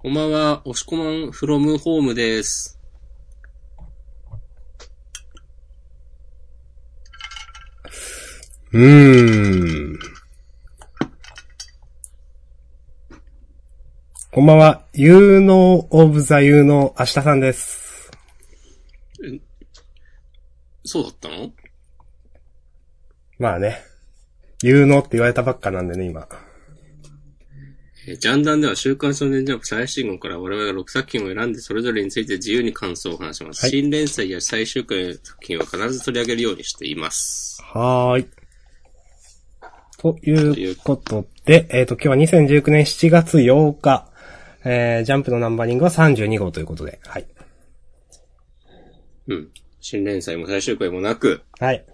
こんばんは、押しこまんフロムホームです。うーん。こんばんは。有能オブザ有能明日さんです。そうだったのまあね。有能って言われたばっかなんでね、今。えージャンダンでは週刊少年ジャンプ最新号から我々が6作品を選んでそれぞれについて自由に感想を話します。はい新連載や最終回の作品は必ず取り上げるようにしています。はーい。ということで、えっ、と、今日は2019年7月8日、えー、ジャンプのナンバリングは32号ということで、はい。うん。新連載も最終回もなく、はい。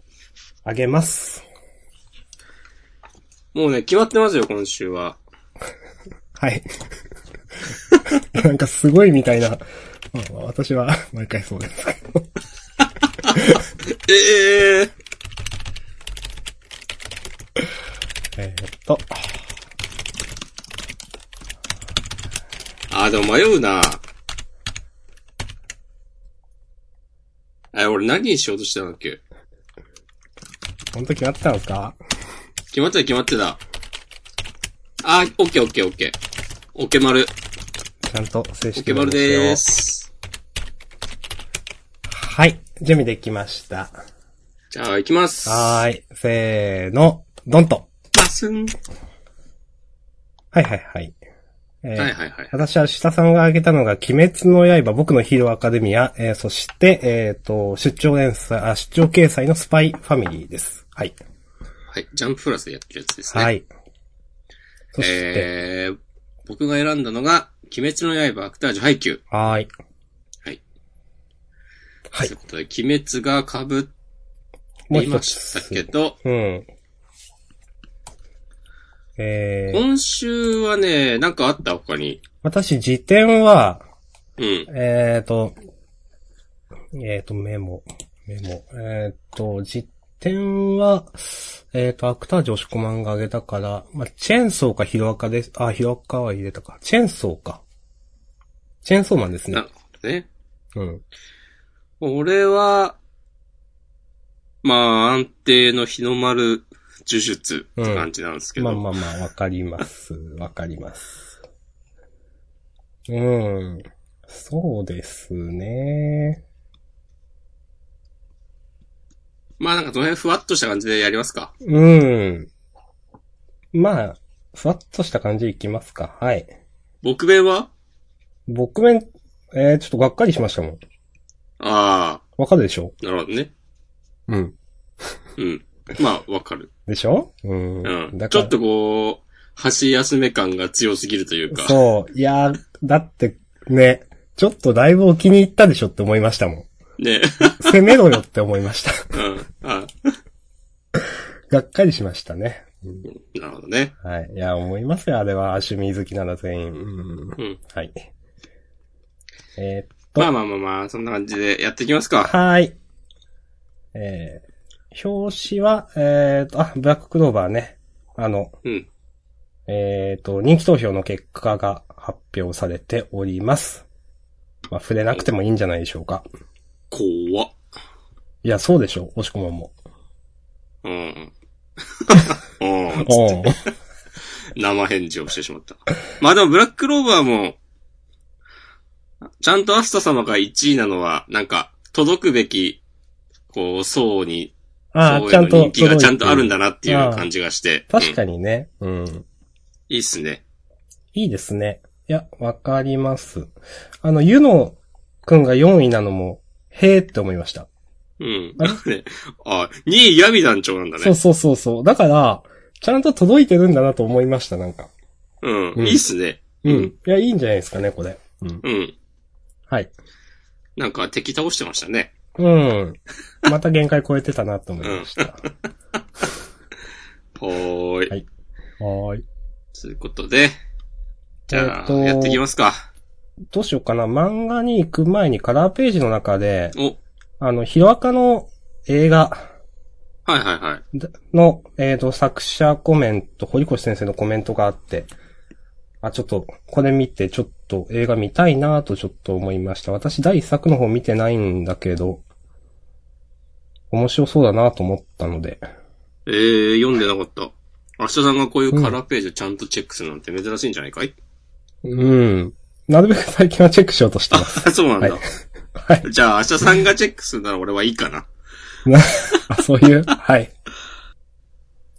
あげます。もうね、決まってますよ、今週は。はい。 なんかすごいみたいな。まあまあ私は毎回そうですけど。ええー、えーっと、あー、でも迷うなあ、俺何にしようとしてたんだっけ本当決まったのか決まってた、決まってた。あー、オッケーオッケーオッケー。オッケー丸。ちゃんと正オッ式ケーな丸発表をでー。す。はい。準備できました。じゃあ、行きます。はーい。せーの、ドンと。バスン。はいはいはい。えーはいはいはい。私は下さんが挙げたのが、鬼滅の刃、僕のヒーローアカデミア、えーそして、えっ、と、出張連載、あ、出張掲載のスパイファミリーです。はい。はい。ジャンププラスでやってるやつですね。はい。そしえて、ー、僕が選んだのが、鬼滅の刃アクタージュハイキュー。はーい。はい。はいということで、鬼滅が被っもうてい一ましたけつ。ど、うん。えー、今週はね、なんかあった他に。私、辞典は、うん。えーと、えーと、メモ、メモ。えーと、実典は、えーと、アクタージョシコマンが挙げたから、まあ、チェーンソーかヒロアカです。あ、ヒロアカは入れたか。チェーンソーか。チェーンソーマンですなねる。ほどね。うん。俺は、まあ、安定の日の丸呪術って感じなんですけど。まあまあまあ、わかります。わかります。うん。そうですね。まあなんかどの辺ふわっとした感じでやりますか。うん。まあ、ふわっとした感じでいきますか。はい。僕弁は僕面、えー、ちょっとがっかりしましたもん。あわかるでしょあ、なるほどね。うん。うん。まあ、わか る。でしょうん。うん。だちかょらっとこう、箸休め感が強すぎるというか。そう。いやー、だって、ね、ちょっとだいぶお気に入ったでしょって思いましたもん。ね。攻めろよって思いました。 うん。あがっかりしましたね。なるほどね。はい。いや、思いますよ。あれは、趣味好きなら全員。うん。うん。はい。えー、まあまあまあまあ、そんな感じでやっていきますか。はーい。えー、表紙は、えーと、あ、ブラッククローバーね。あの、うん。えっ、と、人気投票の結果が発表されております。まあ、触れなくてもいいんじゃないでしょうか。怖っ。いや、そうでしょう、押し込まんも。うん。 うん。お生返事をしてしまった。まあでも、ブラックローバーも、ちゃんとアスタ様が1位なのは、なんか、届くべき、こう、層にあそあ、うちいゃうんのと。人気がちゃんとあるんだな。なっていう感じがして。確かに。にね。うん。いいっすね。いいですね。いや、わかります。あの、ゆのくんが4位なのも、へーって思いました。うん。ああ、あ2位ヤビ団長なんだそうね。そうそうそう。だから、ちゃんと届いてるんだなと思いました、なんか。うん、うんいいっすね。うん。いや、いいんじゃないですかね、これ。うん。うん。はい。なんか敵倒してましたね。うん。また限界超えてたなと思いました。ほーい。はい はーい。ということで、じゃあ、えっとやっていきますか。どうしようかな。漫画に行く前にカラーページの中で、お、あの、ヒロアカの映画はいはいはい。の、えっ、と、作者コメント、堀越先生のコメントがあって、あ、ちょっと、これ見て、ちょっと映画見たいなとちょっと思いました。私第一作の方見てないんだけど、面白そうだなと思ったので。えー、読んでなかった。明日さんがこういうカラーページをちゃんとチェックするなんて珍しいんじゃないかい、 うん。なるべく最近はチェックしようとしてます。あ、そうなんだ。はいはい。じゃあ明日さんがチェックするなら俺はいいかな。あ、そういうはい。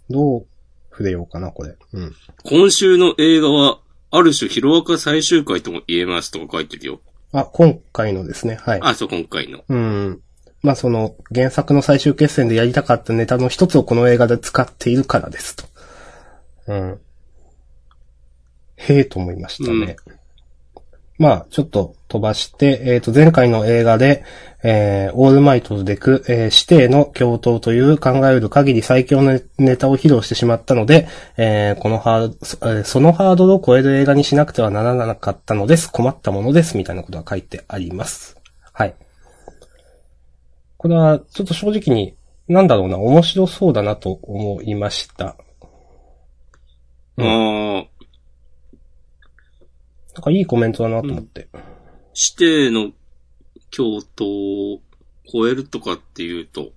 どう触れようかな、これ。うん。今週の映画は、ある種ヒロアカ最終回とも言えますとか書いてるよ。あ、今回のですね、はい。あ、そう、今回の。うん。まあ、その、原作の最終決戦でやりたかったネタの一つをこの映画で使っているからですと。うん。へえと思いましたね。まあ、ちょっと飛ばして、えっ、と、前回の映画で、えー、オールマイトでく、えー、師弟の共闘という考えうる限り最強のネタを披露してしまったので、えー、このハードそ、えーそのハードルを超える映画にしなくてはならなかったのです。困ったものです。みたいなことが書いてあります。はい。これは、ちょっと正直に、なんだろうな、面白そうだなと思いました。うんああ、なんかいいコメントだなと思って。指定の共闘を超えるとかっていうと、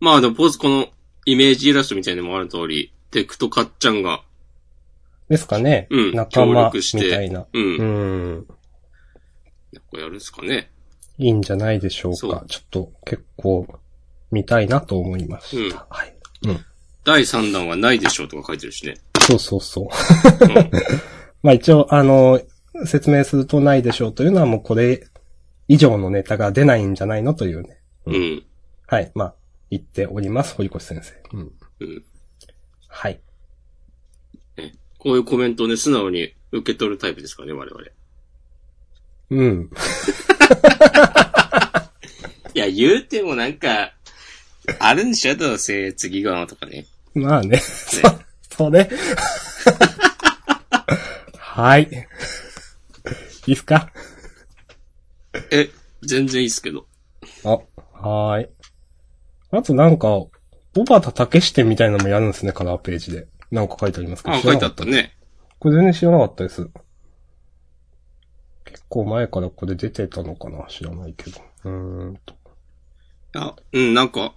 まあでもポーズこのイメージイラストみたいにもある通り、テクとカッチャンが、ですかね、うん仲間協力してみたいな。うん、うこうん。やるんですかね。いいんじゃないでしょうそかう。ちょっと結構見たいなと思いました。うんはい。第3弾はないでしょうとか書いてるしね。そうそうそう。うん まあ一応、あの、説明するとないでしょうというのはもうこれ以上のネタが出ないんじゃないのというね。うん。はい。まあ、言っております、堀越先生。うん。うんはい。こういうコメントをね、素直に受け取るタイプですからね、我々。うん。いや、言うてもなんか、あるんでしょどうせ、次が、と かね。まあね。そうね。はい。いいっすかえ、全然いいっすけど。あ、はーい。あとなんか、小畑武史展みたいなのもやるんですね、カラーページで。なんか書いてありますけど。あ、知ら書ないてかあった。ね。これ全然知らなかったです。結構前からこれ出てたのかな知らないけど。うーんと。あ、うん、なんか、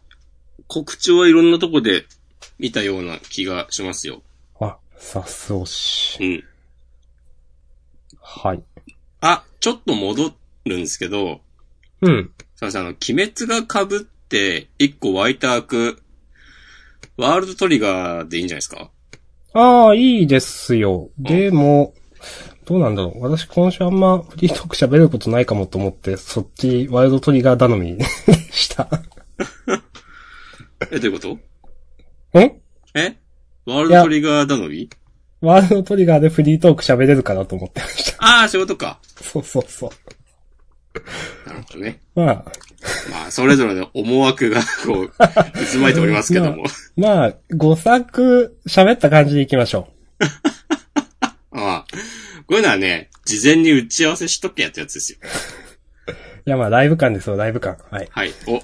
告知はいろんなとこで見たような気がしますよ。あ、さすおしう。ん。はい。あ、ちょっと戻るんですけど、うん。すいません、あの、鬼滅が被って、一個湧いた悪、ワールドトリガーでいいんじゃないですかああ、いいですよ。でも、どうなんだろう。私今週あんまフリートーク喋ることないかもと思って、そっちワイルドトリガー頼み でした。え、どういうことんえワールドトリガー頼みワールドトリガーでフリートーク喋れるかなと思ってましああ、そういうことか。た。 そうそうそう。なるほどね。まあ、まあ、それぞれの思惑が、 こう、渦巻いておりますけ ども。まあ、5作喋った感じでいきましょああ。こういうのはね、事前に打ち合わせしとけやってやつですよ。う。いやまあ、ライブ感ですよ、ライブ感。はい。はい。お。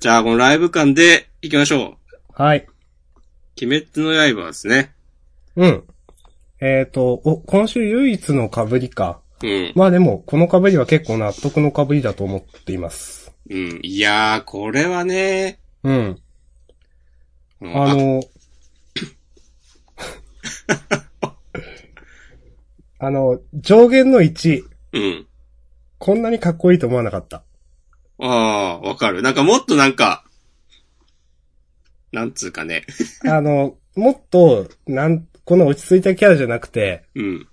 じゃあ、このライブ感で行きましょはう。い。鬼滅の刃ですね。うん。えっ、と、お、今週唯一の被りか。うん。まあでも、この被りは結構納得の被りだと思っています。うん。いやー、これはね、うん。うんあ、の、 あの、上限の1、うん。こんなにかっこいいと思わなかった。ああー、わかる。なんかもっとなんか、なんつうかね。あの、もっと、なん、この落ち着いたキャラじゃなくて、うん。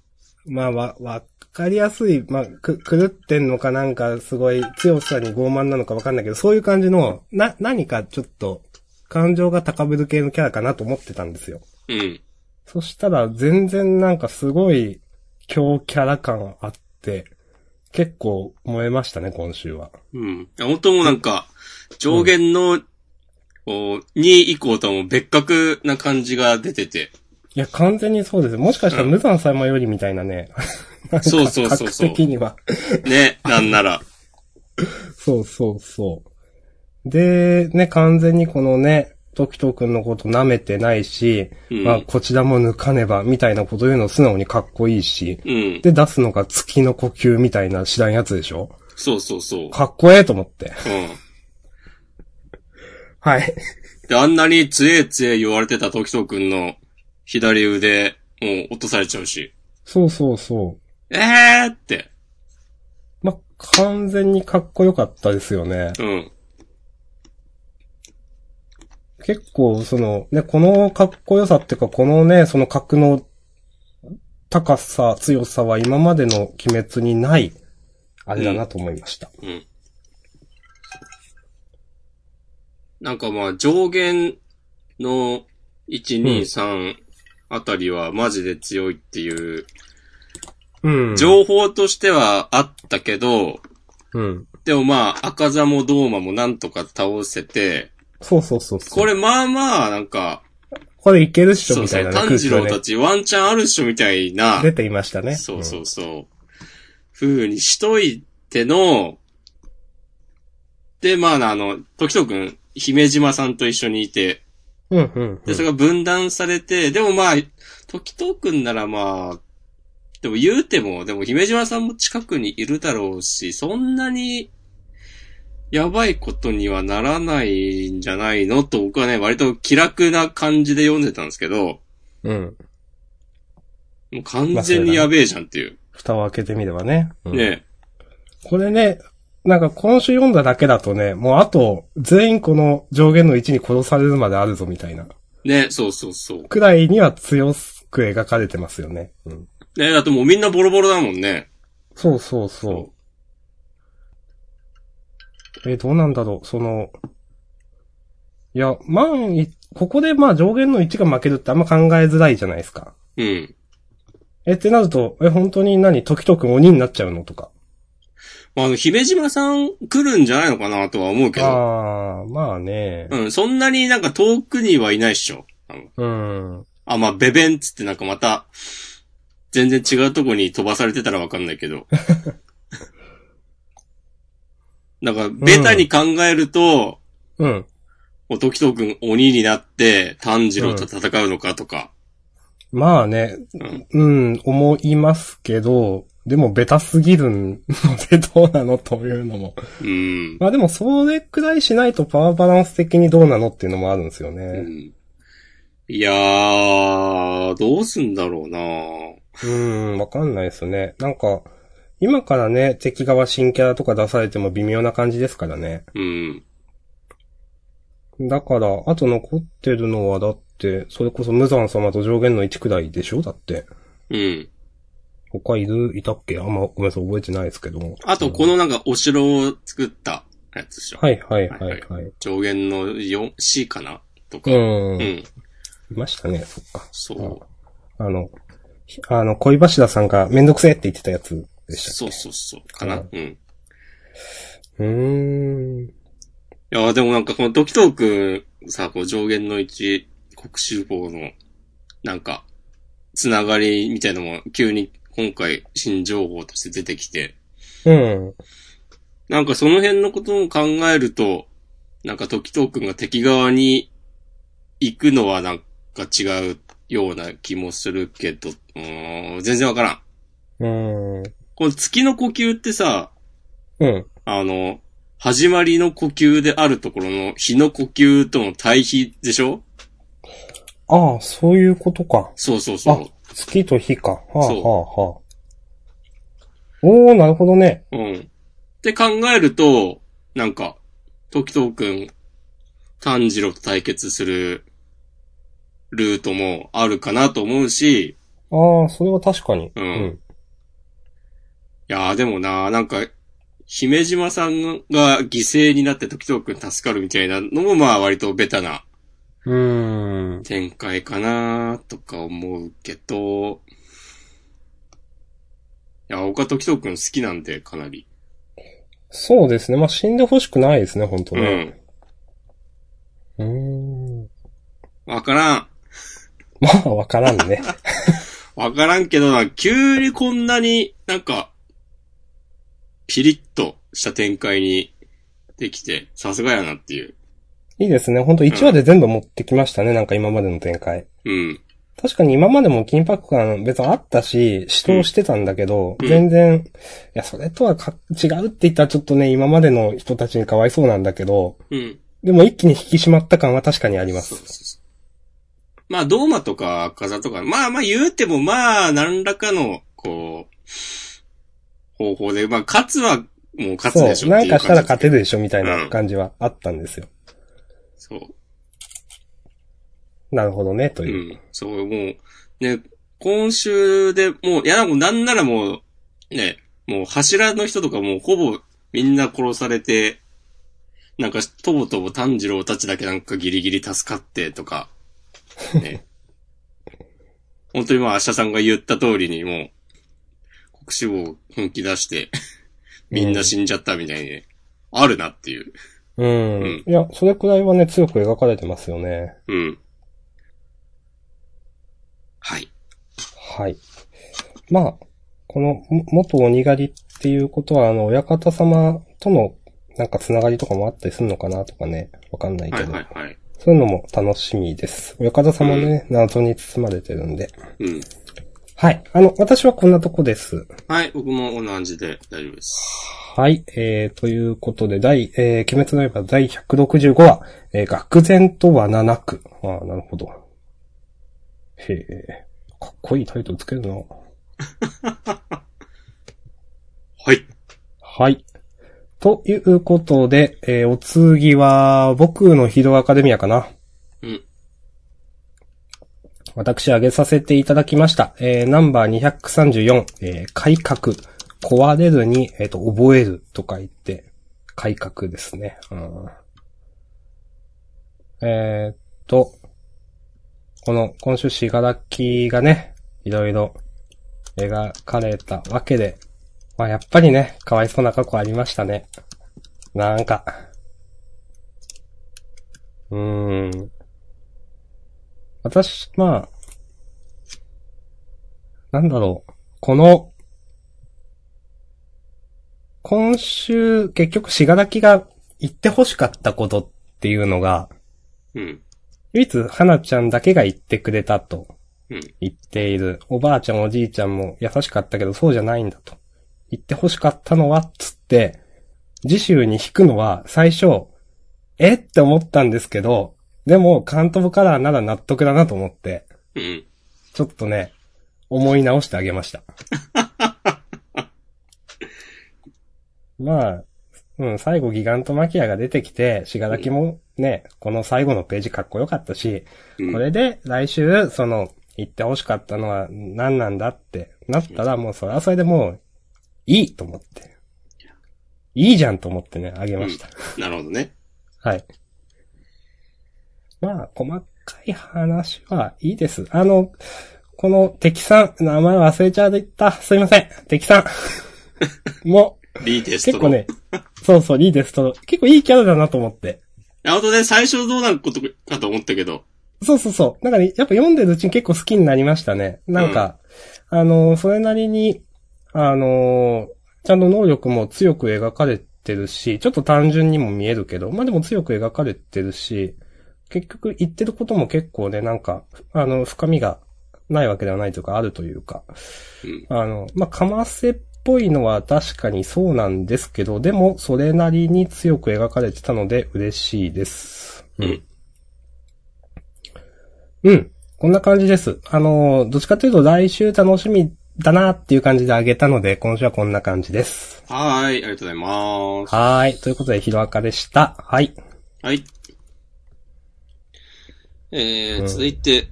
まあ、わ、わかりやすい、まあ、く、狂ってんのかなんか、すごい強さに傲慢なのかわかんないけど、そういう感じの、な、何かちょっと、感情が高ぶる系のキャラかなと思ってたんですよ。うん。そしたら全然なんかすごい強キャラ感あって、結構燃えましたね、今週は。うん。本当もうなんか、上限の、こう、2以降とはもう別格な感じが出てて。いや、完全にそうです。もしかしたら無惨様よりみたいな ね。なんかそうそうそうそう格的には。ね、なんなら。そうそうそう。で、ね、完全にこのね、時藤くんのこと舐めてないし、うんまあ、こちらも抜かねば、みたいなこと言うの素直にかっこいいし、うん。で、出すのが月の呼吸みたいな知らんやつでしょそうそうそう。かっこええと思って。うん。はい。で、あんなにつえつえ言われてた時藤くんの左腕、もう落とされちゃうし。そうそうそう。えーって。まあ、完全にかっこよかったですよね。うん。結構、その、ね、このかっこよさっていうか、このね、その格の高さ、強さは今までの鬼滅にない、あれだなと思いました。うん。なんかまあ上限の1、2、3あたりはマジで強いっていう、うん。情報としてはあったけど、うん。でもまあ赤座もドーマもなんとか倒せて、そうそうそうそう。これ、まあまあなんか、これいけるっしそうょみそ、たいうな、ね、炭治郎空た気ちワンチャンあるっしょみたいながね、出ていましたね。そうそんうそう、風にしといての、で、まあ、あの、時藤くん、姫島さんと一緒にいて、うんうんうで、んそ。れが分断されて、でもまあ、時藤くんならまあ、でも言うても、でも姫島さんも近くにいるだろうし、そんなに、やばいことにはならないんじゃないのと僕はね、割と気楽な感じで読んでたんですけど、うん。もう完全にやべえじゃんっていう。蓋を開けてみればね。うんねこれね、なんか今週読んだだけだとね、もうあと、全員この上限の位置に殺されるまであるぞみたいな。ねそうそうそう。くらいには強く描かれてますよね。うん。ねだってもうみんなボロボロだもんね。そうそうそう。え、どうなんだろう、その、いや、万一、ここでまあ上限の1が負けるってあんま考えづらいじゃないですか。うん。え、ってなると、え、本当に何時とくん鬼になっちゃうのとか。まあ、あの、姫島さん来るんじゃないのかなとは思うけど。ああ、まあね。うん、そんなになんか遠くにはいないっしょ。あのうん。あ、まあ、ベベンっつってなんかまた、全然違うとこに飛ばされてたらわかんないけど。 なんか、ベタに考えると、うん。もう時藤くん鬼になって、炭治郎と戦うのかとか。まあね、うん。うん、思いますけど、でもベタすぎるのでどうなのというのも。うん。まあでもそれくらいしないとパワーバランス的にどうなのっていうのもあるんですようね。ん、いやー、どうすんだろうなうん、わかんないですね。なんか、今からね、敵側新キャラとか出されても微妙な感じですからね。うん。だから、あと残ってるのはだって、それこそ無惨様と上限の1くらいでしょだって。うん。他いる、いたっけあんまごめんなさい、覚えてないですけど。あと、このなんかお城を作ったやつでしょ。はいはいはいはい。上限の 4C かなとか。うん。ういん。ましたね、そっか。そう。あの、ひあの、恋柱さんがめんどくせえって言ってたやつでした。そうそうそう。かな。うん。いうーん。や、でもなんかこの時藤くん、さ、こう上限の1、国州法の、なんか、つながりみたいのも、急に今回、新情報として出てきて、うん。なんかその辺のことも考えると、なんか時藤くんが敵側に行くのはなんか違うような気もするけど、うーん、全然わからん。うん。この月の呼吸ってさ、うん。あの、始まりの呼吸であるところの日の呼吸との対比でしょああ、そういうことか。そうそうそ月と火か。はあ、はあそう、はあ。おー、なるほどね。う。うん。って考えると、なんか、時藤くん、炭治郎と対決するルートもあるかなと思うし、ああ、それは確かに。うんいやーでもなー、なんか、姫島さんが犠牲になって時藤くん助かるみたいなのもまあ割とベタなうん。うーん。展開かなとか思うけど、いや、岡時藤くん好きなんで、かなり。そうですね。まあ、死んでほしくないですね、本当うね。ん。うーん。わからん。ま あ、わからんね。わからんけどな、急にこんなになんか、ピリッとした展開にできて、さすがやなっていう。いいですね。ほんと1話で全部持ってきましたね。なんか今までの展開。うん。確かに今までも緊迫感別にあったし、死闘してたんだけど、うん全然、いや、それとはか違うって言ったらちょっとね、今までの人たちにかわいそうなんだけど、うん。でも一気に引き締まった感は確かにありまそうそうす。そうまあ、ドーマとか、カザとか、まあまあ言うても、まあ、何らかの、こう、方法で、まあ、勝つは、もう勝つそでしう、ょっなていんう感かじしたらです勝てるでしょみたいうんな感じはあったんですよ。そう。なるほどね、とういう。ん。そう、もう、ね、今週でもう、いや、なんかなんならもう、ね、もう柱の人とかもうほぼみんな殺されて、なんか、とぼとぼ炭治郎たちだけなんかギリギリ助かってとか、 ね。本当にまあ、明日さんが言った通りにもう、国志を本気出して、みんな死んじゃったみたいにね、あるなっていう。うん。うんいや、それくらいはね、強く描かれてますよね。うん。はい。はい。まあ、この、も元鬼狩りっていうことは、あの、親方様との、なんかつながりとかもあったりするのかなとかね、わかんないけはど、いはいはい。そういうのも楽しみです。親方様もね、謎に包まれてるんで。うん。はい。あの、私はこんなとこです。はい、僕も同じで大丈夫です。はい。えー、ということで、第、えー、鬼滅の刃第165話、えー、愕然とはななく。ああ、なるほど。へえ、かっこいいタイトルつけるな。はい。はい。ということで、えーお次は、僕のヒーローアカデミアかな。うん。私、上げさせていただきました。えーナンバー234、えー改革。壊れるに、えっ、と、覚えるとか言って、改革ですね。うん、えーっと、この、今週、しがらきがね、いろいろ描かれたわけで、まあやっぱりね、かわいそうな過去ありましたね。なんか。うーん。私、まあ、なんだろう。この、今週、結局、しがらきが言って欲しかったことっていうのが、うん。唯一、花ちゃんだけが言ってくれたと。うん。言っている。おばあちゃんおじいちゃんも優しかったけどそうじゃないんだと。言って欲しかったのは、つって、次週に引くのは最初、えって思ったんですけど、でも、関東カラーなら納得だなと思って、うん。ちょっとね、思い直してあげました。 まあ、うん、最後ギガントマキアが出てきて、しがらきもね、この最後のページかっこよかったし、うん。これで来週、その、言って欲しかったのは何なんだってなったら、もうそれはそれでもう、いいと思って。いいじゃんと思ってね、あげました。なるほどね。はい。まあ、細かい話はいいです。あの、この敵さん、名前忘れちゃった。すいません。敵 さん。もう、リーテスト結の。構ね、そうそう、いいですと。結構いいキャラだなと思って。あとね、最初どうなることかと思ったけど。そうそうそう。なんかね、やっぱ読んでるうちに結構好きになりましたね。なんか、あのー、それなりに、あのー、ちゃんと能力も強く描かれてるし、ちょっと単純にも見えるけど、まあでも強く描かれてるし、結局言ってることも結構ね、なんか、あの、深みがないわけではないというか、あるというか、うん。あの、まあ、かませっぽいのは確かにそうなんですけど、でも、それなりに強く描かれてたので嬉しいです。うん。うん。こんな感じです。あのー、どっちかというと来週楽しみだなっていう感じであげたので、今週はこんな感じです。はーい、ありがとうございます。はーい。ということで、ヒロアカでした。はい。はい。えうー、ん続いて、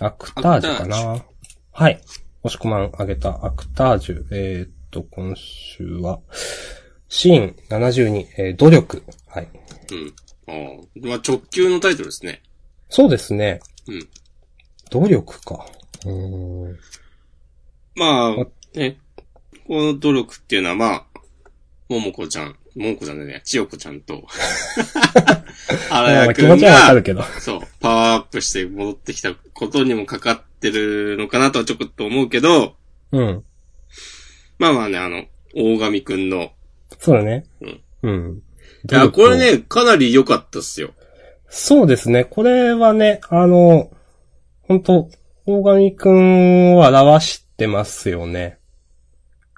アクタージュかアクタなはい。押し込まんあげたアクタージュ。えー、っと、今週は、シーン72、えー努力。はい。うん。あーまあ、直球のタイトルですね。そうですね。うん。努力か。うーん。まああ、ね。この努力っていうのは、まあ、ももこちゃん、ももこちゃんだね、千代子ちゃん と、原まあ谷気く持んちはわかがる、けど。そう、パワーアップして戻ってきたことにもかかってるのかなとはちょこっと思うけど、うん。まあまあね、あの、大神くんの。そうだねうん。うん。いや、これね、かなり良かったっすよ。そうですね。これはね、あの、本当大神くんを表してますよね。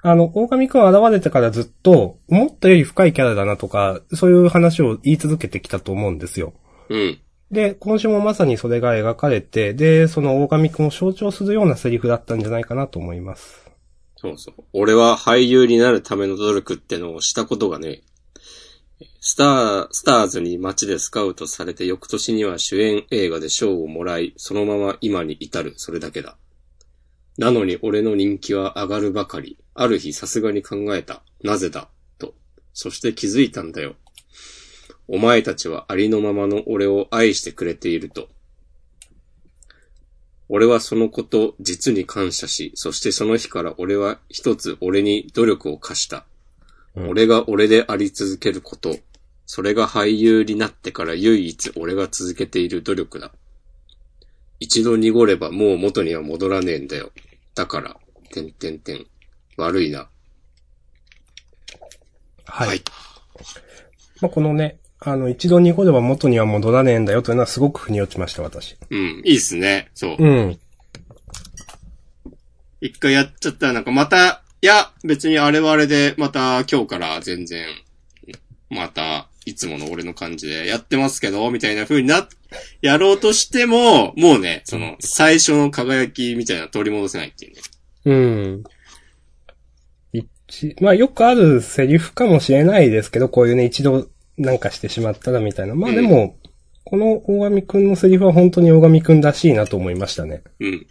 あの、大神くん現れてからずっと、思ったより深いキャラだなとか、そういう話を言い続けてきたと思うんですよ。うん。で、今週もまさにそれが描かれて、で、その大神くんを象徴するようなセリフだったんじゃないかなと思います。そうそう。俺は俳優になるための努力ってのをしたことがね、スター、スターズに街でスカウトされて翌年には主演映画で賞をもらい、そのまま今に至る、それだけだ。なのに俺の人気は上がるばかり。ある日さすがに考えた。なぜだと。そして気づいたんだよ。お前たちはありのままの俺を愛してくれていると。俺はそのこと実に感謝し、そしてその日から俺は一つ俺に努力を課した。うん俺が俺であり続けること。それが俳優になってから唯一俺が続けている努力だ。一度濁ればもう元には戻らねえんだよ。だから、てんてんてん。悪いな。はい。はいまあ、このね、あの、一度濁れば元には戻らねえんだよというのはすごく腑に落ちました、私。うん、いいっすね。そう。うん。一回やっちゃったらなんかまた、いや、別にあれはあれで、また今日から全然、また、いつもの俺の感じでやってますけど、みたいな風にな、やろうとしても、もうね、その、最初の輝きみたいなの取り戻せないっていうね。うん。一、まあ、よくあるセリフかもしれないですけど、こういうね、一度なんかしてしまったらみたいな。まあ、でも、この大神くんのセリフは本当に大神くんらしいなと思いましたね。うん。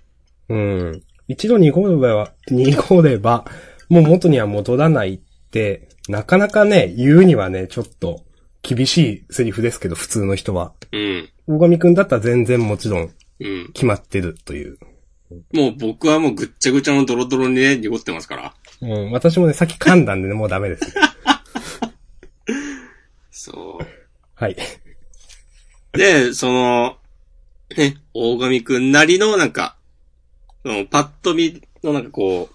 うん。一度濁れば、濁れば、もう元には戻らないって、なかなかね、言うにはね、ちょっと厳しいセリフですけど、普通の人は。うん。大神くんだったら全然もちろんうん。決まってるという。もう僕はもうぐっちゃぐちゃのドロドロにね、濁ってますから。うん、私もね、さっき噛んだんでね、もうダメです。そう。はい。で、その、ね、大神くんなりの、なんか、そのパッと見の、なんかこう、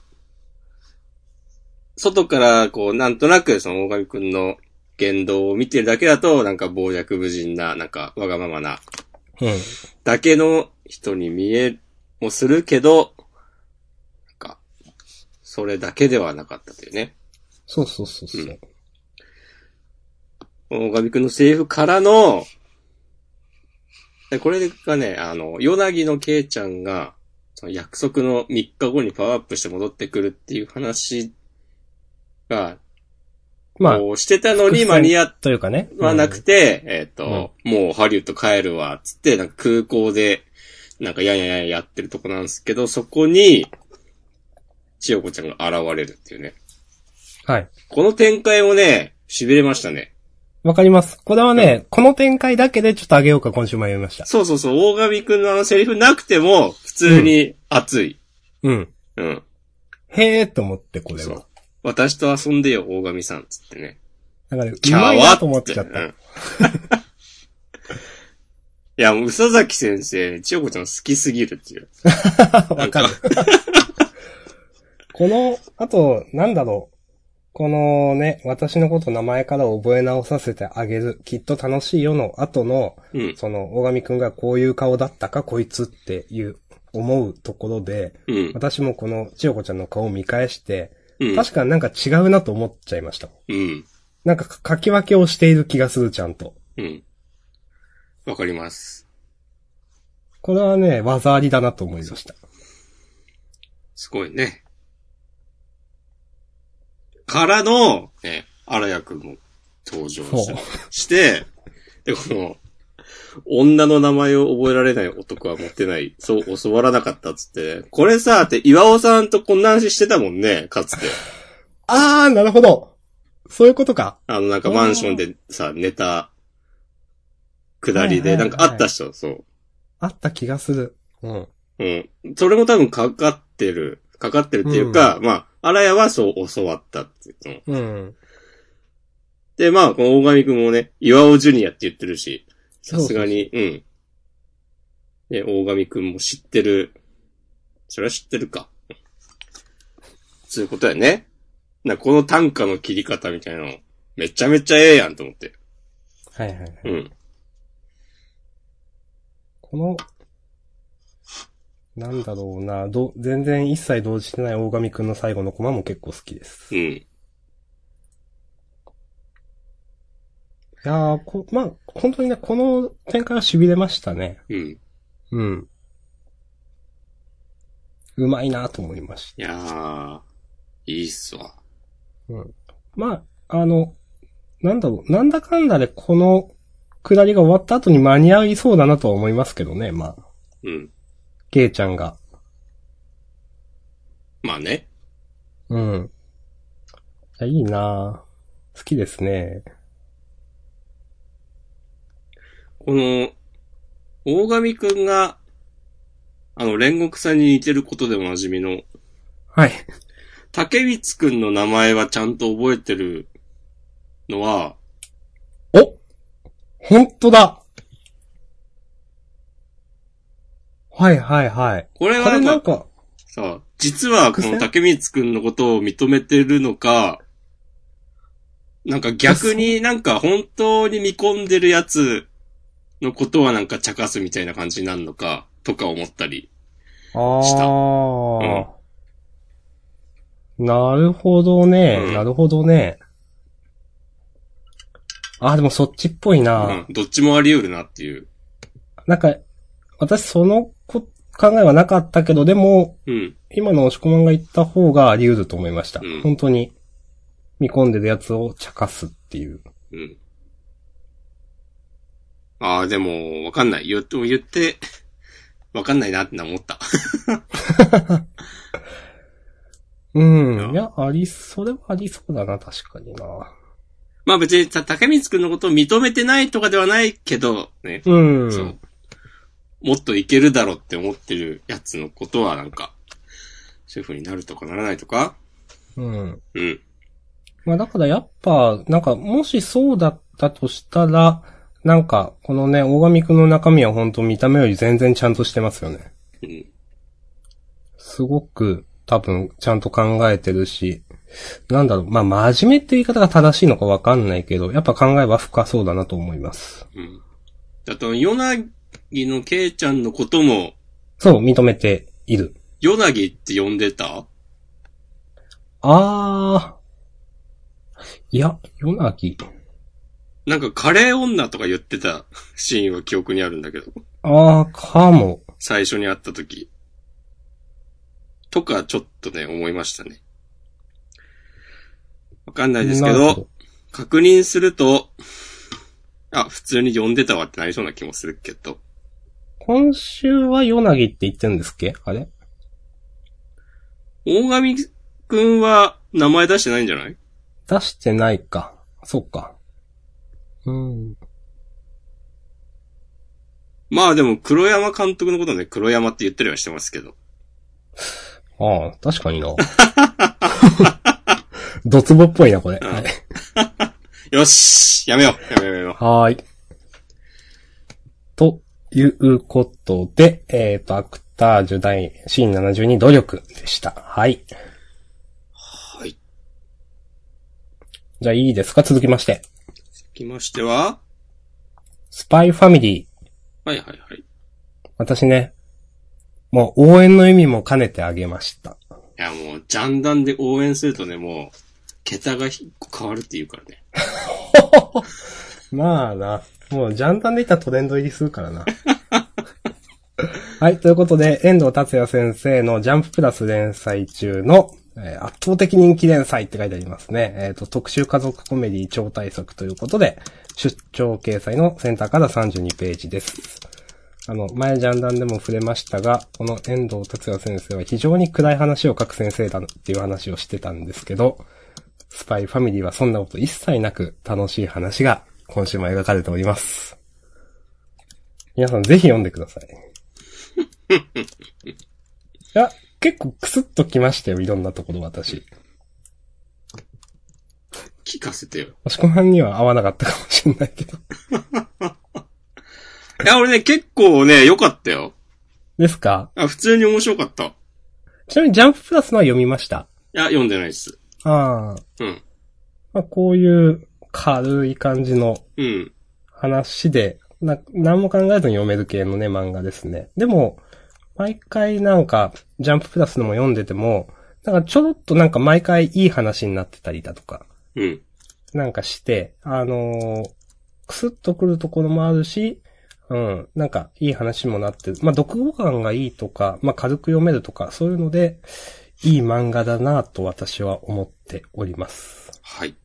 外から、こう、なんとなく、その大神くんの言動を見てるだけだと、なんか傍若無人な、なんかわがままな、うん。だけの人に見えもするけど、なんか、それだけではなかったというね。そうそうそうそう。うん大神くんのセリフからの、でこれがね、あの、ヨナギのケイちゃんが、その約束の3日後にパワーアップして戻ってくるっていう話が、まあ、こうしてたの伏に線間に合というかね。わなくて、えっ、と、もうハリウッド帰るわ、つって、なんか空港で、なんかやんやんやんやってるとこなんですけど、そこに、千代子ちゃんが現れるっていうね。うんはい。この展開もね、痺れましたね。わかります。これはね、この展開だけでちょっとあげようか、今週も読みました。そうそうそう、大神くんのあのセリフなくても、普通に熱い。うん。うん。へえーと思って、これそうは。。私と遊んでよ、大神さん、つってね。なんかね、うまいなと思っちゃっうた。ん いや、もう、宇佐崎先生、千代子ちゃん好きすぎるっていう。 わかる。この、あと、なんだろう。このね、私のこと名前から覚え直させてあげる。きっと楽しいよの後の、うん。その、大神くんがこういう顔だったか、こいつっていう、思うところで、うん。私もこの千代子ちゃんの顔を見返して、うん。確かになんか違うなと思っちゃいました。うん。なんか書き分けをしている気がする、ちゃんと。うん。わかります。これはね、技ありだなと思いました。すごいね。からの、ね、荒谷くんも登場しそうたして、で、この、女の名前を覚えられない男は持ってない。そう教わらなかったっつって。これさ、って岩尾さんとこんな話してたもんね、かつて。あー、なるほどそういうことか。あの、なんかマンションでさ、寝た、下りはで、いはないんかあった人、そう。あった気がする。うん。うん。それも多分かかってる。かかってるっていうか、まあ、荒谷はそう教わったっていうの。うん。で、まあ、この大神くんもね、岩尾ジュニアって言ってるし、さすがに、うん。で、大神くんも知ってる。それは知ってるか。そういうことやね。な、この短歌の切り方みたいなの、めちゃめちゃええやんと思って。はいはいはい。うん。この、なんだろうな、ど、全然一切同時してない大神くんの最後のコマも結構好きです。ういん。やーこ、まあ、本当にね、この展開は痺れましたね。うん。いうん。うまいなと思いました。やー、いいっすわ。まあ、あの、なんだろう、なんだかんだでこの下りが終わった後に間に合いそうだなとは思いますけどね、まあ、うん。ケイちゃんが。まあね。うん。いやいいなぁ好きですね。この、大神くんが、あの、煉獄さんに似てることでおなじみの、はい。竹光くんの名前はちゃんと覚えてるのは、お本当だはいはいはい。これはこれやなっんぱか、さ、実はこ伏の線竹光くんのことを認めてるのか、なんか逆になんか本当に見込んでるやつのことはなんか茶化すみたいな感じになるのか、とか思ったり。あーしたなるほどね、うんなるほどね。あー、でもそっちっぽいうな、ん。どっちもあり得るなっていう。なんか、私そのこ考えはなかったけど、でも、うん。今の押し込まんが言った方があり得ると思いました。うん本当に、見込んでるやつを茶化すっていう。うん。ああ、でも、わかんない。言って、言って、わかんないなって思った。ううんん。いや、あり、それはありそうだな、確かにな。まあ別にさ、竹光くんのことを認めてないとかではないけど、ね。うん。そう。もっといけるだろって思ってるやつのことはなんか、そういう風になるとかならないとかうん。うん。まあだからやっぱ、なんか、もしそうだったとしたら、なんか、このね、大神くんの中身は本当見た目より全然ちゃんとしてますよね。うん。すごく、多分、ちゃんと考えてるし、なんだろう、まあ、真面目って言い方が正しいのかわかんないけど、やっぱ考えは深そうだなと思います。うん。あと、ヨナギのケイちゃんのことも、そう、認めている。ヨナギって呼んでたあー。いや、ヨナギ。なんかカレー女とか言ってたシーンは記憶にあるんだけど。あー、かも。最初に会った時。とか、ちょっとね、思いましたね。わかんないですけなるど、ほ確認すると、あ、普通に呼んでたわってなりそうな気もするけど。今週はヨナギって言ってるんですっけあれ大神くんは名前出してないんじゃない出してないか。そっか。うん。まあでも黒山監督のことね、黒山って言ったりはしてますけど。ああ、確かにな。 ドツボっぽいな、これ。んよしやめようやめようやめよはーい。ということで、えっ、と、アクタージュ第シーン72努力でした。はい。うはい。じゃあいいですか続きまして。続きましてはスパイファミリー。はいはいはい。い私ね、もう応援の意味も兼ねてあげました。やもう、ジャンダンで応援するとね、もう、桁がひ変わるっていうからね。 まあな。もう、ジャンダンでいったらトレンド入りするからな。 はい、ということで、遠藤達也先生のジャンププラス連載中の、えー圧倒的人気連載って書いてありますね。えっ、と、特集家族コメディ超大作ということで、出張掲載のセンターから32ページです。あの、前ジャンダンでも触れましたが、この遠藤達也先生は非常に暗い話を書く先生だっていう話をしてたんですけど、スパイファミリーはそんなこと一切なく楽しい話が今週も描かれております。皆さんぜひ読んでくだ さい。いや、結構クスッときましたよ、いろんなところ私。聞かせてよ。押し込まんには合わなかったかもしれないけど。いや、俺ね、結構ね、良かったよ。ですかあ、普通に面白かった。いちなみにジャンププラスのは読みました。や、読んでないです。ああ。うん。まあ、こういう軽い感じのうん。話で、な、何も考えずに読める系のね、漫画ですね。でも、毎回なんか、ジャンププラスのも読んでても、なんかちょろっとなんか毎回いい話になってたりだとか、うん。なんかして、あのーくすっとくるところもあるし、うん、なんかいい話もなってる。まあ、読語感がいいとか、まあ、軽く読めるとか、そういうので、いい漫画だなぁと私は思っております。はい。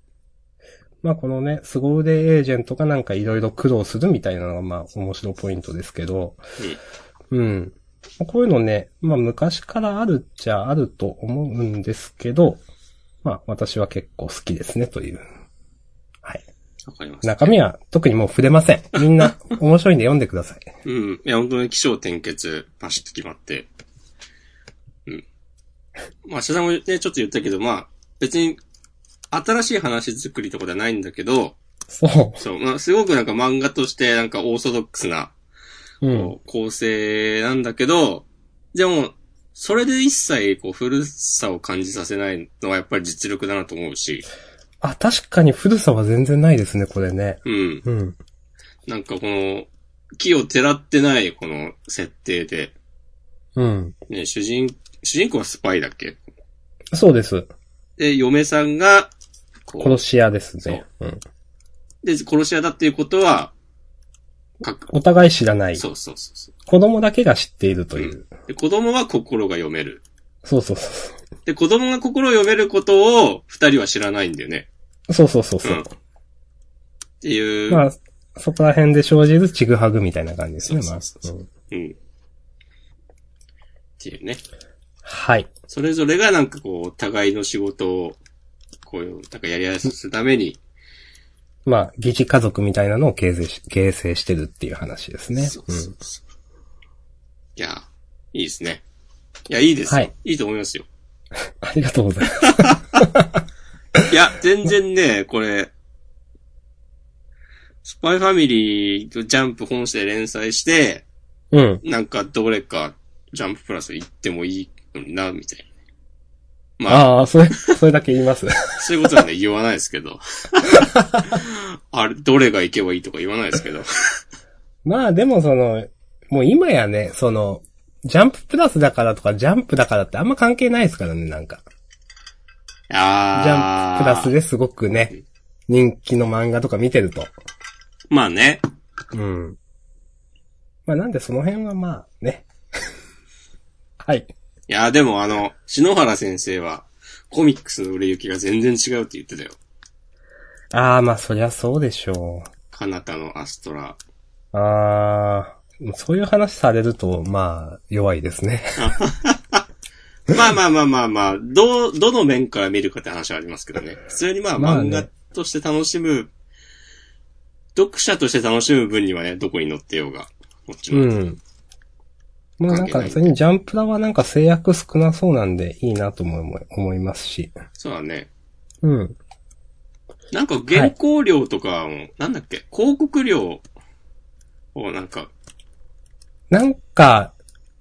まあこのね、凄腕エージェントがなんかいろいろ苦労するみたいなのがまあ面白いポイントですけど、うん。こういうのね、まあ昔からあるっちゃあると思うんですけど、まあ私は結構好きですねという。はい。わかります。中身は特にもう触れません。みん な面白いんで読んでください。うん。いや、本当に気象転結、パシッと決まって。うん。まあ、社長もね、ちょっと言ったけど、まあ、別に、新しい話作りとかではないんだけど、そそう、まあ、すごくなんか漫画として、なんかオーソドックスな、う。うん。こう構成なんだけど、でも、それで一切、こう、古さを感じさせないのはやっぱり実力だなと思うし、あ、確かに古さは全然ないですね、これね。うん。うん。なんかこの、木をてらってない、この設定で、うん。ね、主人、主人公はスパイだっけそうです。で、嫁さんが、こう殺し屋ですね。うん。で、殺し屋だっていうことは、かお互い知らない。そうそうそうそ子供だけが知っているという。う。で、子供は心が読める。そうそうそう。で、子供が心を読めることを、二人は知らないんだよね。そうそうそうそう。っていう。まあ、そこら辺で生じるちぐはぐみたいな感じですね、そまあうそうそううんうん。っていうね。はい。それぞれがなんかこう、互いの仕事を、こういう、なんかやりやすくするために、まあ、疑似家族みたいなのを形成し、形成してるっていう話ですね。そうそうそう。いや、いいですね。いや、いいですよ。はいい、いと思いますよ。うん。ありがとうございます。いや、全然ね、これ、スパイファミリーとジャンプ本誌で連載して、うん。なんかどれかジャンププラス行ってもいいのにな、みたいな。まあ、ああ、それ、それだけ言います。 そういうことはね、言わないですけど。あれ、どれが行けばいいとか言わないですけど。まあ、でもその、もう今やね、その、ジャンププラスだからとか、ジャンプだからってあんま関係ないですからね、なんか。ジャあンあ。ププラスですごくね、人気の漫画とか見てると。まあね。うん。まあ、なんでその辺はまあ、ね。 はい。いや、でもあの、篠原先生は、コミックスの売れ行きが全然違うって言ってたよ。ああ、まあそりゃそうでしょ彼方のアストラ。う。ああ、そういう話されると、まあ、弱いですね。まあまあまあまあまあ、どう、どの面から見るかって話はありますけどね。普通にまあまあね漫画として楽しむ、読者として楽しむ分にはね、どこに乗ってようが。もちろん。うん。 まあなんか、それにジャンプラはなんか制約少なそうなんでいいなとも思い思いますし。そうだね。うん。なんか原稿料とかも、なんだっけ、広告料をなんか、なんか、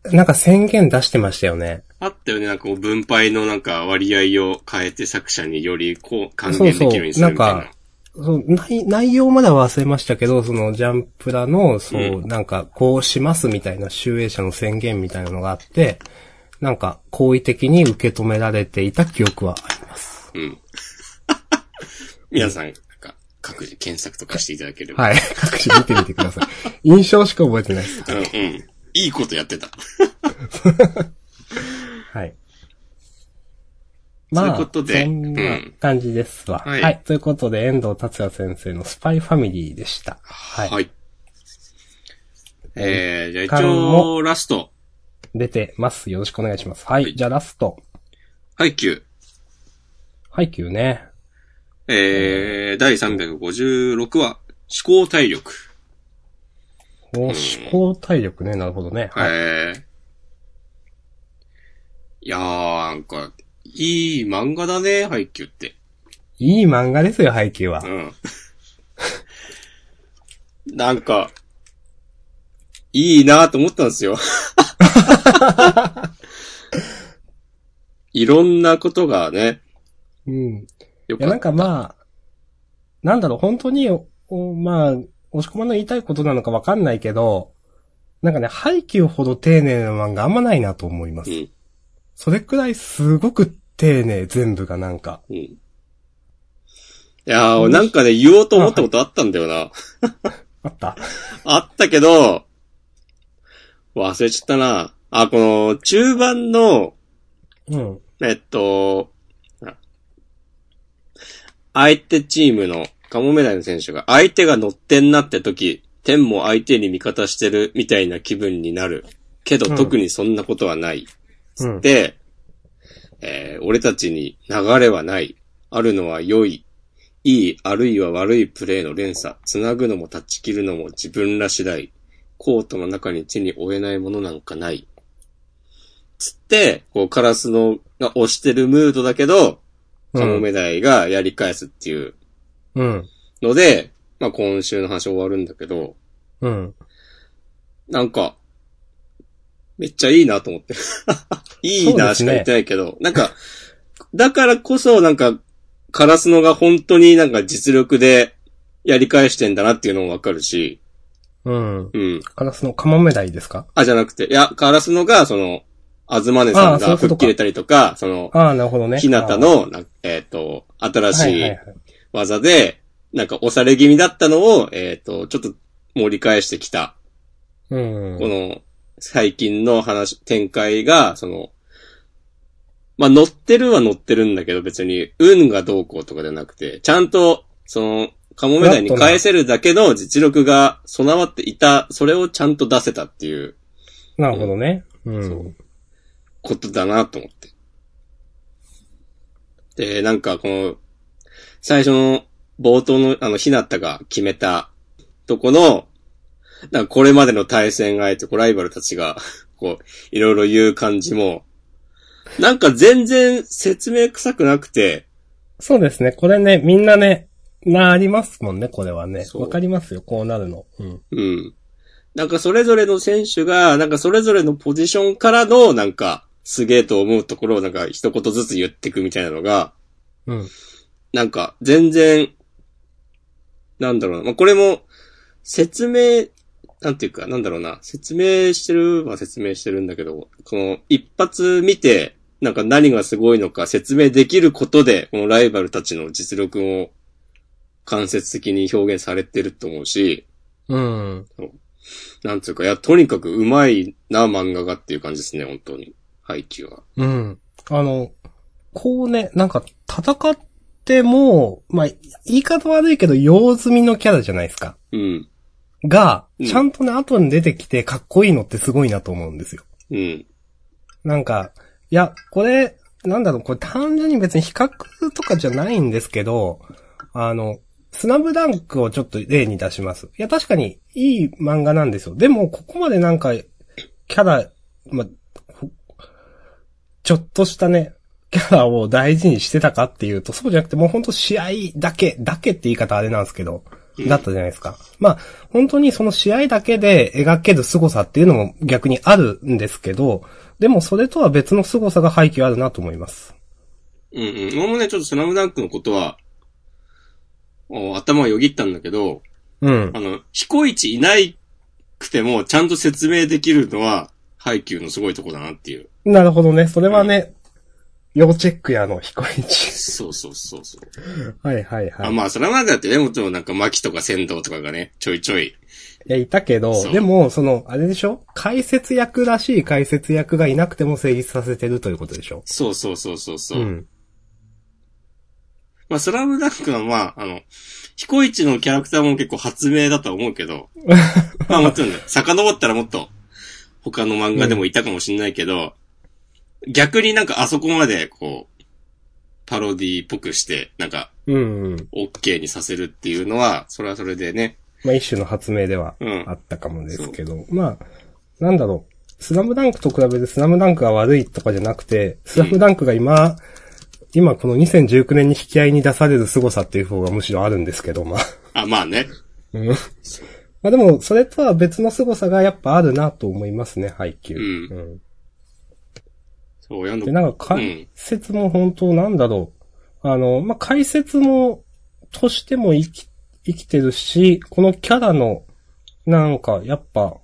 なんか宣言出してましたよね。あったよね、なんかこう分配のなんか割合を変えて作者によりこう、還元できるようにするみたいな。そうそうなんかそう、内、内容までは忘れましたけど、そのジャンプラの、そう、うなんか、こうしますみたいな、集英社の宣言みたいなのがあって、なんか、好意的に受け止められていた記憶はあります。うん。 皆さん、なんか、各自検索とかしていただければ。はい。 各種見てみてください。印象しか覚えてないです。うん、うん。いいことやってた。はい。そういうことでそんな感じですわ。うんは、はいいということで、遠藤達也先生のスパイファミリーでした。は。はいい。えー、じゃあ他一も応、ラスト。出てます。よろしくお願いします。はい。はいじゃあラスト。配給。ハイキューね。えー、第356話、思考体力。もううん思考体力ね。なるほどね。はい。えー。いやー、なんか、いい漫画だね、配給って。いい漫画ですよ、ハイキューはう。ん。 なんか、いいなと思ったん ですよ。いろんなことがね、うん。よいや、かなんっかまあ、なんだろう、本当に、おまあ、押し込まんの言いたいことなのかわかんないけど、なんかね、配給ほど丁寧な漫画あんまないなと思いまうす。ん。それくらいすごく丁寧、全部がなんか。うん。いやー、なんかね、言おうと思ったことあったんだよな。あったあったけど、忘れちゃったな。あ、この、中盤の、うん。えっと、あ相手チームの、カモメダイの選手が、相手が乗ってんなって時、天も相手に味方してるみたいな気分になる。けど、うん特にそんなことはない。うん。で、えー俺たちに流れはない。あるのは良い。いい、あるいは悪いプレーの連鎖。繋ぐのも断ち切るのも自分ら次第。コートの中に手に負えないものなんかない。つって、こう、カラスの、が押してるムードだけど、うんカモメダイがやり返すっていううん。ので、まあ、今週の話終わるんだけど、うん。なんか、めっちゃいいなと思 って。いいなしか言ってないけど、なんか、だからこそなんか、カラスノが本当になんか実力でやり返してんだなっていうのもわかるし、うん。うん。カラスのカモメダイですかあ、じゃなくて、いや、カラスノがその、アズマネさあんーそういがうこと吹かっ切れたりとか、その、ああ、なるほどね。ひなたあの、なえっ、と、新あ、はしいはいいはい。技で、なんか押され気味だったのを、えっ、と、ちょっと盛り返してきたうん。この、最近の話、展開が、その、まあ、乗ってるは乗ってるんだけど、別に、運がどうこうとかじゃなくて、ちゃんと、その、カモメダイに返せるだけの実力が備わっていた、それをちゃんと出せたっていうなるほどね。うそん。ことだなと思って。で、なんかこの、最初の冒頭のあの、ひなたが決めたとこの、なんかこれまでの対戦相手、こうライバルたちが、 こう、いろいろ言う感じも、なんか全然説明臭くなくて、そうですね。これね、みんなね、なありますもんね、これはね。そうわかりますよ、こうなるの。うん。うん。なんかそれぞれの選手が、なんかそれぞれのポジションからの、なんか、すげえと思うところをなんか一言ずつ言ってくみたいなのが、うん。なんか、全然、なんだろうな。まあ、これも、説明、なんていうか、なんだろうな。説明してるは説明してるんだけど、この、一発見て、なんか何がすごいのか説明できることで、このライバルたちの実力を間接的に表現されてると思うし、うん。なんつうか、いや、とにかくうまいな、漫画がっていう感じですね、本当に。配球は。うん。あの、こうね、なんか、戦っても、まあ、言い方悪いけど、用済みのキャラじゃないですか。うん。が、うんちゃんとね、後に出てきて、かっこいいのってすごいなと思うんですよ。うん。なんか、いや、これ、なんだろう、これ単純に別に比較とかじゃないんですけど、あの、スナムダンクをちょっと例に出します。いや、確かにいい漫画なんですよ。でも、ここまでなんか、キャラ、ま、ほちょっとしたね、キャラを大事にしてたかっていうと、そうじゃなくて、もうほんと試合だけ、だけって言い方あれなんですけど、だったじゃないですか。まあ、本当にその試合だけで描ける凄さっていうのも逆にあるんですけど、でもそれとは別の凄さが背景あるなと思います。うんうん。俺もね、ちょっとスラムダンクのことは、お頭をよぎったんだけど、うんあ。の、彦一いないくても、ちゃんと説明できるのは、配給のすごいとこだなっていう。なるほどね。それはね、要チェックやの、彦一。そうそうそうそう。 はいはいはあい。まあ、それまでだってね、もちろんなんか、牧とか仙道とかがね、ちょいちょい。いや、いたけどそ、うでも、その、あれでしょ解説役らしい解説役がいなくても成立させてるということでしょそうそうそうそうそうう。ん。まあ、スラムダンクはまあ、あの、彦一のキャラクターも結構発明だとは思うけ ど、まあもちろんね、遡ったらもっと、他の漫画でもいたかもしれないけど、逆になんかあそこまで、こう、パロディっぽくして、なんか、うんうん。 OK にさせるっていうのは、それはそれでね、まあ、一種の発明ではうんあったかもですけど、まあ、なんだろう。スラムダンクと比べてスラムダンクが悪いとかじゃなくて、スラムダンクが今、今この2019年に引き合いに出される凄さっていう方がむしろあるんですけど、まあ。あ、まあね。うんまあでも、それとは別の凄さがやっぱあるなと思いますね、配球。うんうんそう、やんで、の。なんか解説も本当なんだろう。あの、まあ、解説も、としても生き、生きてるし、このキャラの、なんか、やっぱ、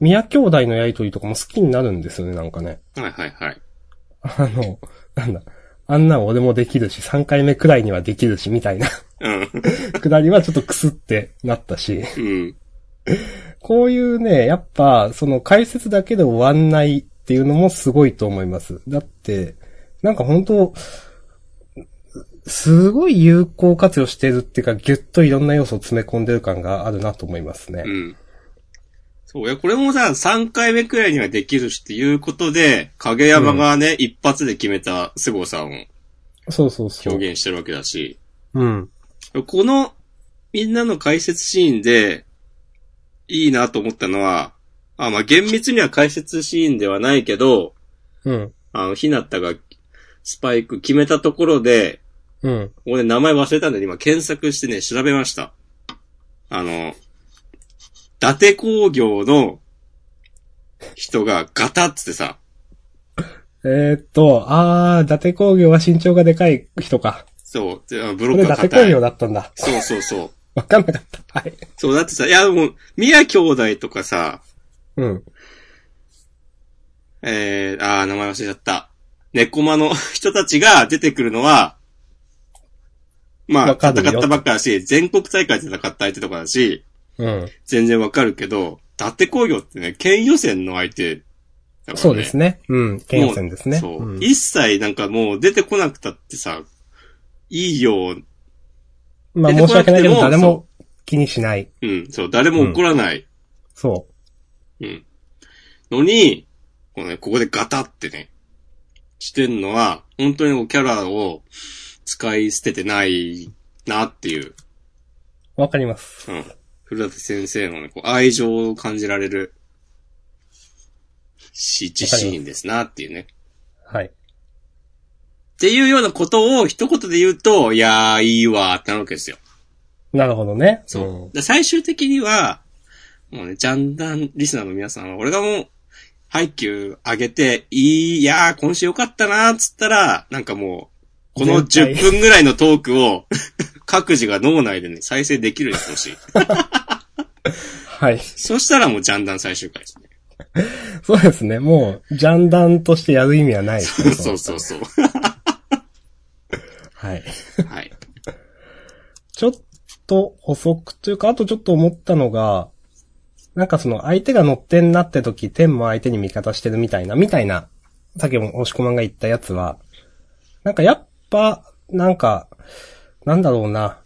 宮兄弟のやりとりとかも好きになるんですよね、なんかね。はいはいはい。あの、なんだ、あんなん俺もできるし、3回目くらいにはできるし、みたいな うん。くだりはちょっとクスってなったし、うん。こういうね、やっぱ、その解説だけで終わんないっていうのもすごいと思います。だって、なんか本当すごい有効活用してるっていうか、ぎゅっといろんな要素を詰め込んでる感があるなと思いますね。うん。そう、いや、これもさ、3回目くらいにはできるしっていうことで、影山がね、一発で決めた凄さをそうそうそう。表現してるわけだし、うん。この、みんなの解説シーンで、いいなと思ったのは、あ、まあ、厳密には解説シーンではないけど、うん。あの、ひなたが、スパイク決めたところで、うん。俺名前忘れたんで今検索してね、調べました。あの、伊達工業の人がガタっつってさ、えー、っと、あー、伊達工業は身長がでかい人か。そう、であのブこロれッ伊クが達硬工い業。だったんだ。そうそうそう。わかんなかった。はい。そう、だってさ、いやもう、宮兄弟とかさ、うん。えー、あー、名前忘れちゃった。猫間の人たちが出てくるのは、まあ、わかる戦よったばっかだし、全国大会で戦った相手とかだし、うん。全然わかるけど、伊達工業ってね、県予選の相手だからねそうですね。うん。県予選ですね。そう、ん一切なんかもう出てこなくたってさ、いいよ。まあ出て申こしなくても訳ないけど、誰そも気にしない。うん、そう、誰も怒らない。そうん。のに、このね、ここでガタってね、してんのは、本当にこうキャラを使い捨ててないなっていう、う。わかります。うん。古舘先生のね、こう愛情を感じられる、し、自身ですなっていうね。はい。っていうようなことを一言で言うと、いやー、いいわーってなるわけですよ。なるほどね。そう。で最終的には、もうね、ジャンダンリスナーの皆さんは、俺がもう、配給上げて、いいいやー、今週よかったなーっつったら、なんかもう、この全体10分ぐらいのトークを、各自が脳内でね、再生できるようにしてほ しい。うん。はい。 そしたらもうジャンダン最終回ですね。そうですね。もう、ジャンダンとしてやる意味はないですね。そうそうそう。はい。はい。ちょっと補足というか、あとちょっと思ったのが、なんかその相手が乗ってんなって時、天も相手に味方してるみたいな、みたいな、さっきも押し込まんが言ったやつは、なんかやっぱ、なんか、なんだろうな、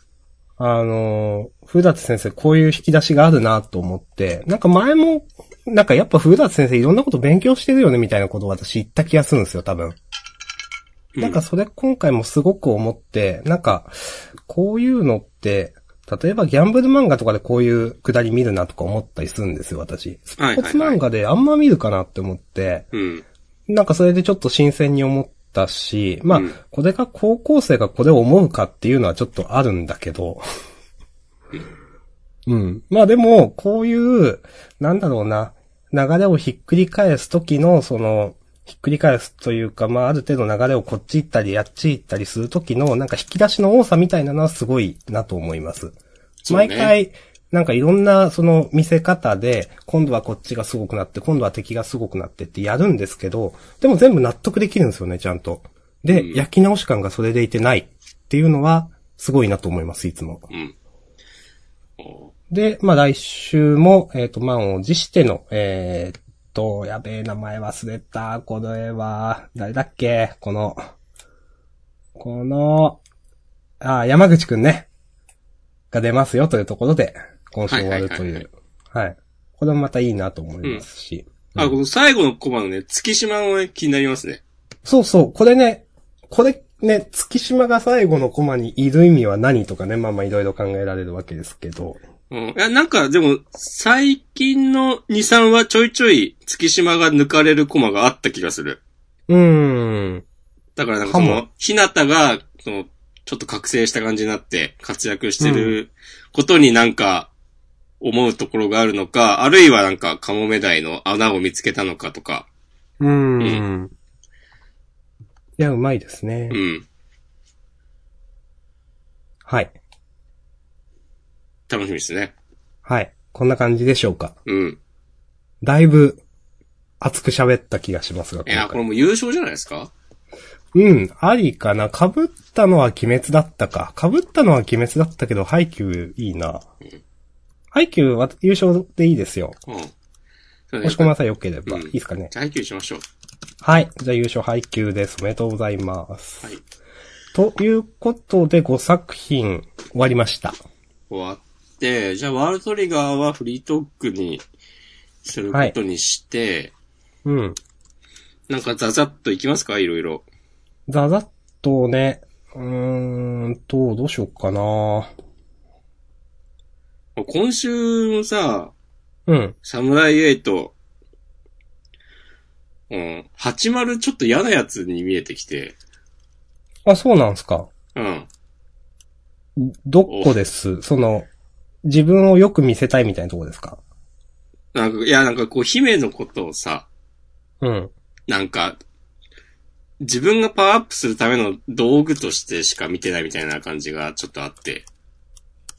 あのー、古立先生こういう引き出しがあるなと思って、なんか前も、なんかやっぱ古立先生いろんなこと勉強してるよねみたいなことを私言った気がするんですよ、多分。うなんか、それ今回もすごく思って、なんか、こういうのって、例えばギャンブル漫画とかでこういうくだり見るなとか思ったりするんですよ、私。スポはいはいはいーツ漫画であんま見るかなって思って、うん。なんかそれでちょっと新鮮に思ったし、まあうん、これが高校生がこれを思うかっていうのはちょっとあるんだけど、うん。まあでも、こういう、なんだろうな、流れをひっくり返す時の、その、ひっくり返すというか、まあある程度流れをこっち行ったり、あっち行ったりする時の、なんか引き出しの多さみたいなのはすごいなと思います。そうね毎回、なんかいろんなその見せ方で、今度はこっちがすごくなって、今度は敵がすごくなってってやるんですけど、でも全部納得できるんですよね、ちゃんと。で、うん焼き直し感がそれでいてないっていうのは、すごいなと思います、いつも。うん。おで、まあ来週も、えっ、と、満を持しての、えーっと、やべえ、名前忘れた。これは、誰だっけこの、この、あー、山口くんね。が出ますよというところで、今週終わるとはいはいい。はいうはい。これもまたいいなと思いますし。あ、この最後のコマのね、月島のね、気になりますね。そうそう、これね、これね、月島が最後のコマにいる意味は何とかね、まあまあいろいろ考えられるわけですけど。うん。いや、なんか、でも、最近の2、3はちょいちょい月島が抜かれるコマがあった気がする。うーん。だからなんかそかの、ひなたが、その、ちょっと覚醒した感じになって活躍してることになんか、思うところがあるのか、あるいはなんか、カモメダイの穴を見つけたのかとか、うーん。いや、うまいですね。うん。はい。楽しみですね。はい。こんな感じでしょうか。うん。だいぶ、熱く喋った気がしますが、い今や、回これもう優勝じゃないですかうん、ありかな。被ったのは鬼滅だったか。被ったのは鬼滅だったけど、ハイキューいいな。ハイキューは優勝でいいですよ。うん。そうね押し込まさえ良ければ。うんいいですかね。じゃあ、配給しましょう。はい。じゃあ優勝配給です。おめでとうございます。はい。ということで、5作品終わりました。終わって、じゃあ、ワールドトリガーはフリートークにすることにして、うん。なんかザザッといきますかいろいろ。ザザッとね、うーんと、どうしよっかな今週もさ、うん。サムライエイト、うん、80ちょっと嫌なやつに見えてきて、あ、そうなんすか。うん。どっこです。その、自分をよく見せたいみたいなとこですかなんか、いや、なんかこう、姫のことをさ、うん。なんか、自分がパワーアップするための道具としてしか見てないみたいな感じがちょっとあって。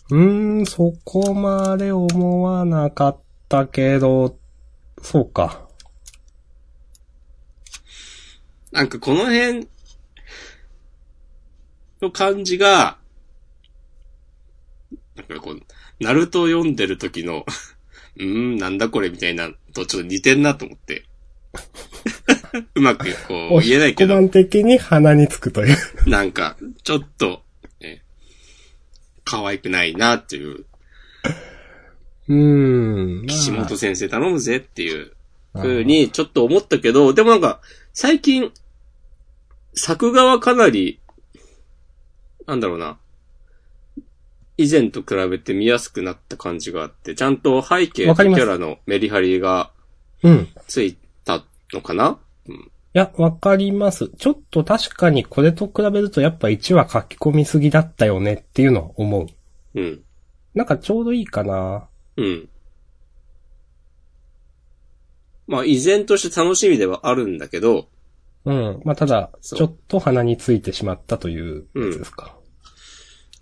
うーん、そこまで思わなかったけど、そうか。なんかこの辺の感じが、なんかこう、ナルトを読んでる時の、 うーん、なんだこれみたいなのとちょっと似てんなと思って。 うまくこう言えないけ基ど、本的に鼻につくという。なんか、ちょっと、え可愛くないなっていう、うーん。岸本先生頼むぜっていうまあふう。にちょっと思ったけど、でもなんか、最近、作画はかなり、なんだろうな。以前と比べて見やすくなった感じがあって、ちゃんと背景わとかキりますャラのメリハリがうん。いついたのかなや、わかります。ちょっと確かにこれと比べるとやっぱ1話書き込みすぎだったよねっていうのは思う。うん。なんかちょうどいいかな。うん。まあ、依然として楽しみではあるんだけど、うん。まあ、ただ、そうちょっと鼻についてしまったというやつですか。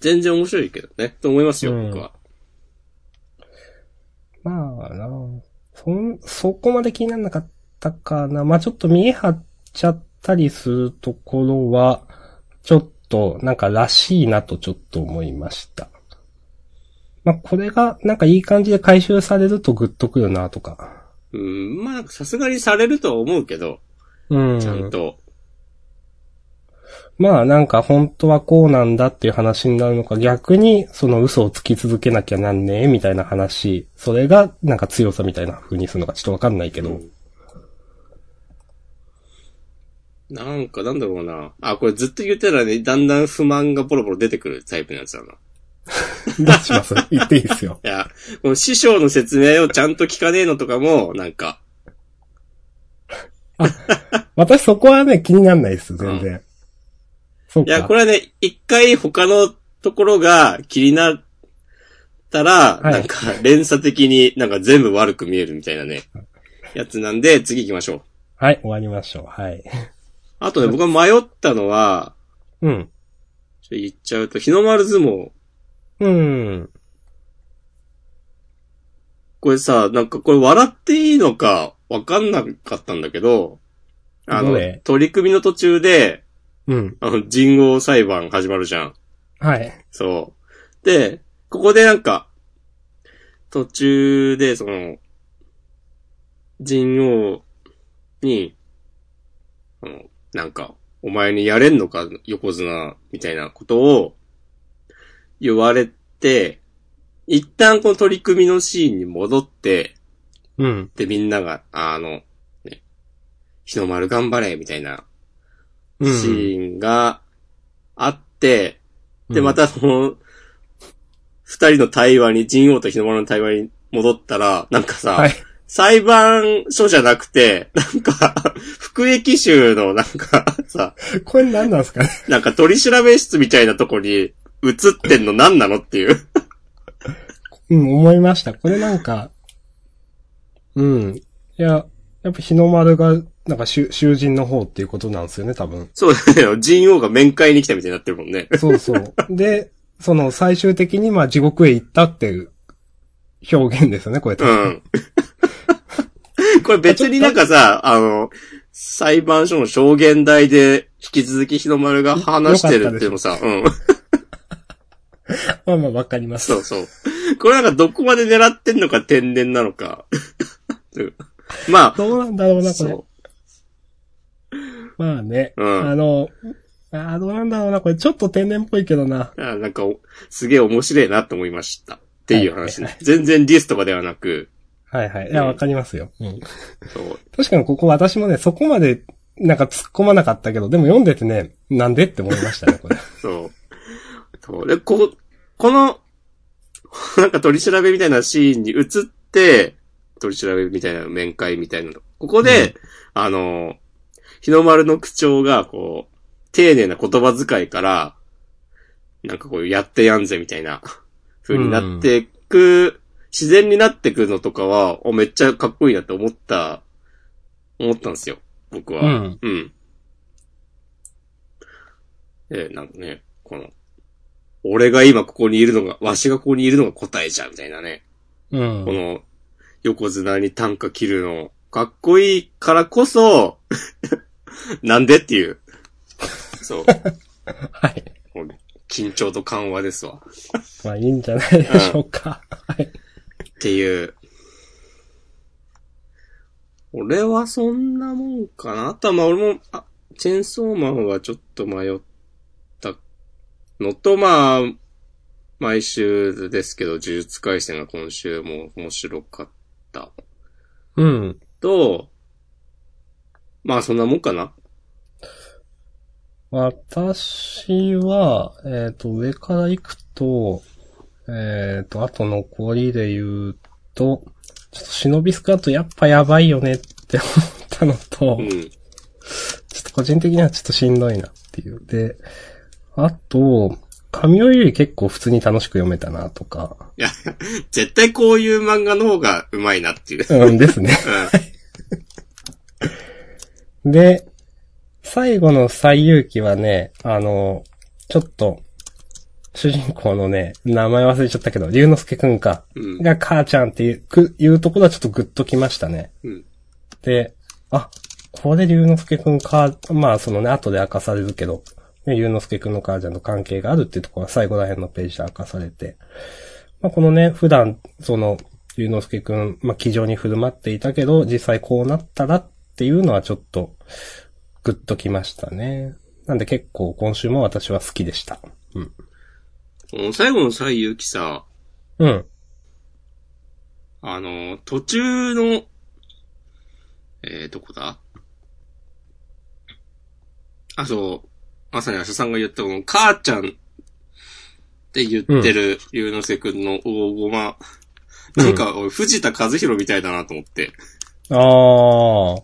全然面白いけどね、と思いますよ、うん僕は。まあなそん、そこまで気にならなかったかな。まあちょっと見え張っちゃったりするところは、ちょっと、なんからしいなとちょっと思いました。まあこれが、なんかいい感じで回収されるとグッとくるなとか。うん、まあ、なんかさすがにされるとは思うけど、うん。ちゃんと。まあなんか本当はこうなんだっていう話になるのか、逆にその嘘をつき続けなきゃなんねえみたいな話、それがなんか強さみたいな風にするのかちょっとわかんないけど。なんか、なんだろうな。あ、これずっと言ってたらね、だんだん不満がボロボロ出てくるタイプのやつだな。いどうします言っていいですよ。や、この師匠の説明をちゃんと聞かねえのとかも、なんか、私そこはね、気にならないです、全然。そういか。や、これはね、一回他のところが気になったら、はいなんか連鎖的になんか全部悪く見えるみたいなね、やつなんで、次行きましょう。はい、終わりましょう。はい。あとね、僕が迷ったのは、うん。ちょっと言っちゃうと、日の丸相撲。うん。これさ、なんかこれ笑っていいのかわかんなかったんだけど、あのどれ、取り組みの途中で、うん。あの、人号裁判始まるじゃん。はい。そう。で、ここでなんか、途中で、その、人王に、あのなんか、お前にやれんのか、横綱、みたいなことを、言われて、一旦この取り組みのシーンに戻って、うん。で、みんなが、あの、ね、日の丸頑張れ、みたいなシうん。ーンがあって、うんで、ま、たその、二人の対話に、神王と日の丸の対話に戻ったら、なんかさ、はい。裁判所じゃなくて、なんか、服役囚のなんかさ、これ何なんですかね。なんか取り調べ室みたいなとこに映ってんの何なのっていう。うん、思いました。これなんか、うん。いや、やっぱ日の丸が、なんか囚囚人の方っていうことなんですよね、多分。 そうだよ。神王が面会に来たみたいになってるもんね。そうそう。で、その最終的にまあ地獄へ行ったっていう表現ですよね、これ多う分。ん。 これ別になんかさ、あの、裁判所の証言台で引き続き日の丸が話してるっていうのもさ、うん。まあまあわかります。 そうそう。これなんかどこまで狙ってんのか天然なのか。 うんまどうなんだろうあ、な、こそれ。まあね。うんあの、あーどうなんだろうな、これちょっと天然っぽいけどな。う。あなんかお、すげえ面白いなと思いました。っていう話ね。全然ディスとかではなく、はいはい。いや、うんわかりますよ。うん。そう。確かにここ私もね、そこまでなんか突っ込まなかったけど、でも読んでてね、なんでって思いましたね、これ。そう。そう。で、こ、この、 なんか取り調べみたいなシーンに移って、取り調べみたいな面会みたいなの。ここで、あの、日の丸の口調が、こう、丁寧な言葉遣いから、なんかこう、やってやんぜみたいな、風になってく、自然になってくのとかは、お、めっちゃかっこいいなって思った、思ったんですよ。僕は。うん うん。えなんかね、この、俺が今ここにいるのが、わしがここにいるのが答えじゃん、みたいなね。うん。この、横綱に短歌切るの、かっこいいからこそ、 なんでっていう。そう。はい。もう緊張と緩和ですわ。まあいいんじゃないでしょうか。はい。っていう。俺はそんなもんかな。あとはまあ俺も、あ、チェンソーマンはちょっと迷ったのと、まあ、毎週ですけど、呪術回戦が今週も面白かったうん。と、まあそんなもんかな。私は、えっ、と、上から行くと、えっ、と、あと残りで言うと、ちょっと忍びスクワットやっぱやばいよねって思ったのと、うん。ちょっと個人的にはちょっとしんどいなっていう。で、あと、神尾より結構普通に楽しく読めたなとか、いや、絶対こういう漫画の方がうまいなっていう。うんですね。う で、最後の最勇気はね、あの、ちょっと、主人公のね、名前忘れちゃったけど、龍之介くんか、ん。うん。が母ちゃんっていう、く、いうところはちょっとグッときましたね。うん。で、あ、これ龍之介くんか、まあそのね、後で明かされるけど、ね、龍之介くんの母ちゃんと関係があるっていうところは最後ら辺のページで明かされて、まあこのね、普段、その、龍之介くん、まあ気丈に振る舞っていたけど、実際こうなったらっていうのはちょっと、グッときましたね。なんで結構今週も私は好きでした。うん。この最後の最勇気さ、うん。あの、途中の、えー、どこだあ、そう。まさにあしさんが言ったこの、母ちゃんって言ってる、龍之介くんの大駒。うんなんか、俺藤田和弘みたいだなと思って。ああ。は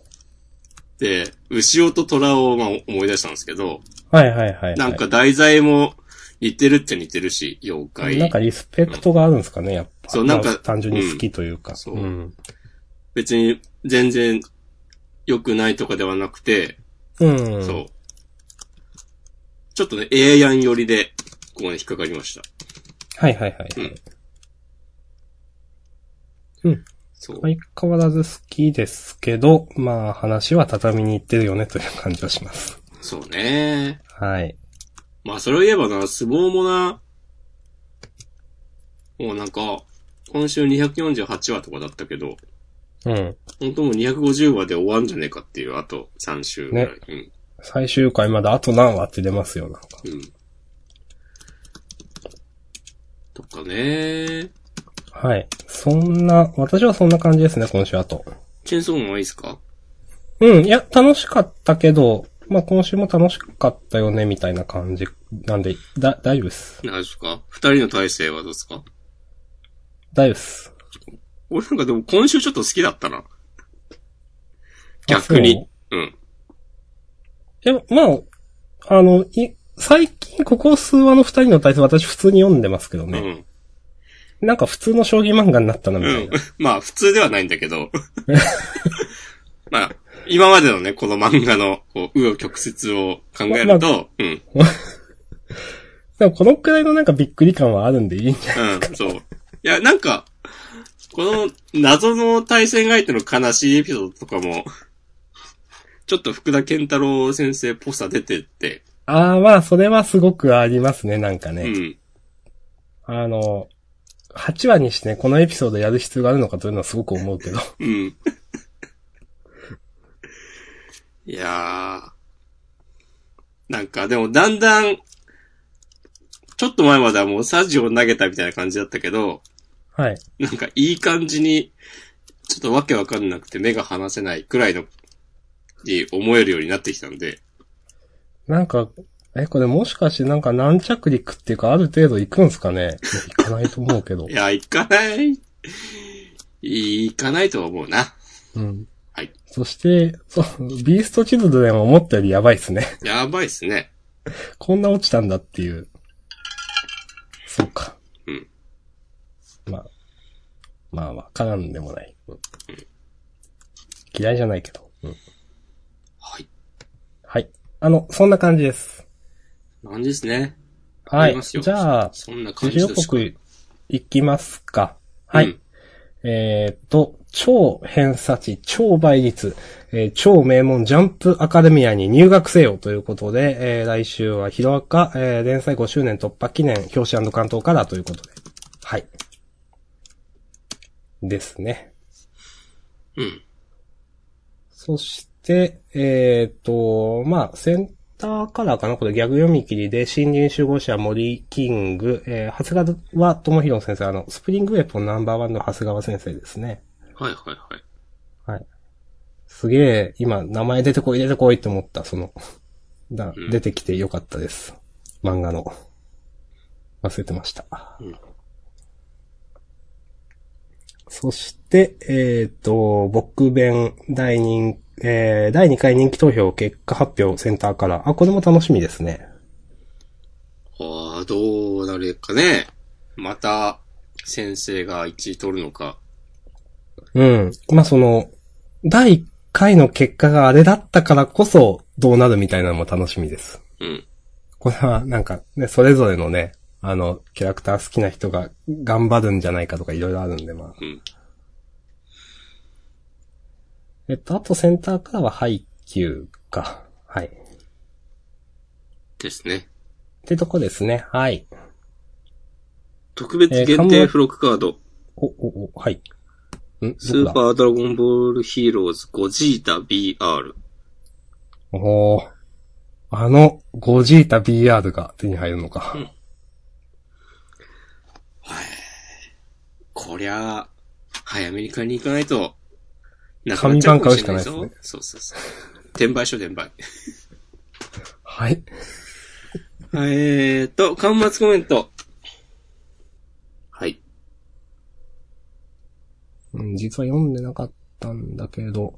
で、牛尾と虎を、まあ、思い出したんですけど、いはいはい、はい。なんか題材も似てるっちゃ似てるし、妖怪。なんかリスペクトがあるんですかね、やっぱ。そうなんかまあ単純に好きというか。んそううん。別に全然良くないとかではなくて、うん。そう。ちょっとね、エアヤン寄りで、ここに引っかかりました。はいはいはい。そう。相変わらず好きですけど、まあ話は畳に行ってるよねという感じはします。そうね。はい。まあ、それを言えばな、相撲もな、もうなんか、今週248話とかだったけど、うん。本当もう250話で終わんじゃねえかっていう、あと3週ぐらい。ね最終回まであと何話って出ますよ、なんか。うん。うん。とかね。はい。そんな、私はそんな感じですね、今週あと。チェーンソーマンはいいですかうん、いや、楽しかったけど、まあ今週も楽しかったよね、みたいな感じ。なんで、だ、大丈夫です。何ですか二人の体制はどうですか大丈夫です。俺なんかでも今週ちょっと好きだったな。あ逆に。うん。でも、まあ、あの、い、最近、ここ数話の二人の対戦私普通に読んでますけどうね。ん。なんか普通の将棋漫画になったな、みうたいん な。。まあ、普通ではないんだけど。 まあ、今までのね、この漫画の、こう、うを曲折を考えると、うん。でもこのくらいのなんかびっくり感はあるんでいいんじゃうん、そう。いや、なんか、この謎の対戦相手の悲しいエピソードとかも、ちょっと福田健太郎先生っぽさ出てって、ああ、まあ、それはすごくありますね、なんかうね。ん。あの、8話にしてね、このエピソードやる必要があるのかというのはすごく思うけど。 うん。 いやー。なんか、でもだんだん、ちょっと前まではもうサジを投げたみたいな感じだったけど、はい。なんかいい感じに、ちょっとわけわかんなくて目が離せないくらいの、に思えるようになってきたんで、なんか、え、これもしかしてなんか軟着陸っていうかある程度行くんすかね行かないと思うけど い。や、行かない。行かないと思うな。うん。はい。そして、そう、ビーストチルドレンは思ったよりやばいっすね。やばいっすね。こんな落ちたんだっていう。そうか。うん。まあ、まあ、わからんでもない。うん嫌いじゃないけど。うん。はい。はい。あの、そんな感じです。なんですね。はありい。ますよじゃあ、そんな感自じで主予すか。告いきますか。はい。うんえーっと、超偏差値、超倍率、えー超名門ジャンプアカデミアに入学せよということで、えー来週はヒロアカ、えー連載5周年突破記念、表紙関東からということで。はい。ですね。うん。そして、えーっと、まあ、センターカラーかなこれギャグ読み切りで、新入守護者森キング、えー、長谷川智弘先生、あの、スプリングウェポンナンバーワンの長谷川先生ですね。はいはいはい。はい。すげえ、今、名前出てこい、出てこいって思った、その、だうん出てきてよかったです。漫画の。忘れてました。うんそして、えっ、と、僕弁第2、えー第2回人気投票結果発表センターから。あ、これも楽しみですね。ああ、どうなるかね。また、先生が1位取るのか。うん。まあ、その、第1回の結果があれだったからこそ、どうなるみたいなのも楽しみです。うん。これはなんかね、それぞれのね、あの、キャラクター好きな人が頑張るんじゃないかとかいろいろあるんで、まあ。うん。えっと、あとセンターからはハイキューか。はい。っですね。てとこですね。はい。特別限定付録カード。お、お、お、はい。んスーー。パードラゴンボールヒーローズゴジータ BR。おーあの、ゴジータ BR が手に入るのか。こりゃあ、はい、アメリカに行かないと、な紙版買うしかないですねそうそうそう。転売しよう、転売。はい。はいえーと、端末コメント。はい。うん、実は読んでなかったんだけど。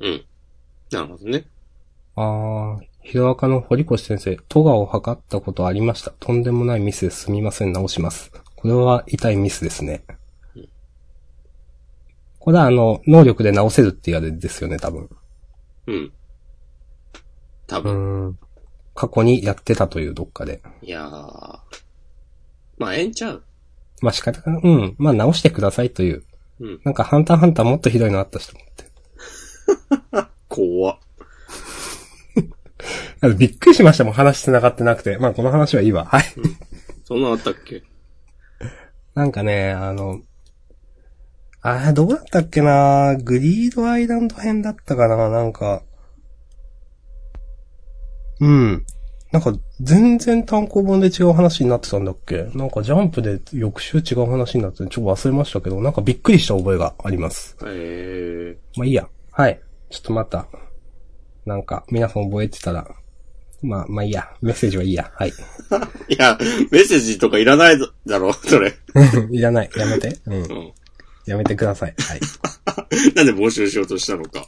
うん。なるほどね。あー、ヒロアカの堀越先生、トガを測ったことありました。とんでもないミスです。すみません、直します。これは痛いミスですね。これはあの、能力で直せるってやれですよね、多分。うん。多う分。ーん。過去にやってたというどっかで。いやー。まあ、ええんちゃう。まあ、仕方が、うん。まあ、直してくださいという。うん。なんか、ハンターハンターもっとひどいのあったしと思って。怖っあのびっくりしましたもん、話繋がってなくて。まあ、この話はいいわ。はい。そんなのあったっけなんかね、あの、あれ、どうだったっけなグリードアイランド編だったかななんか。うん。なんか、全然単行本で違う話になってたんだっけなんか、ジャンプで翌週違う話になってて、ちょっと忘れましたけど、なんかびっくりした覚えがあります。えまあいいや。はい。ちょっとまた、なんか、皆さん覚えてたら、まあ、まあいいや。メッセージはいいや。はい。ー。いや、メッセージとかいらないだろ、それ。いらない。やめて。う。うんん。やめてください。はい。なんで募集しようとしたのか。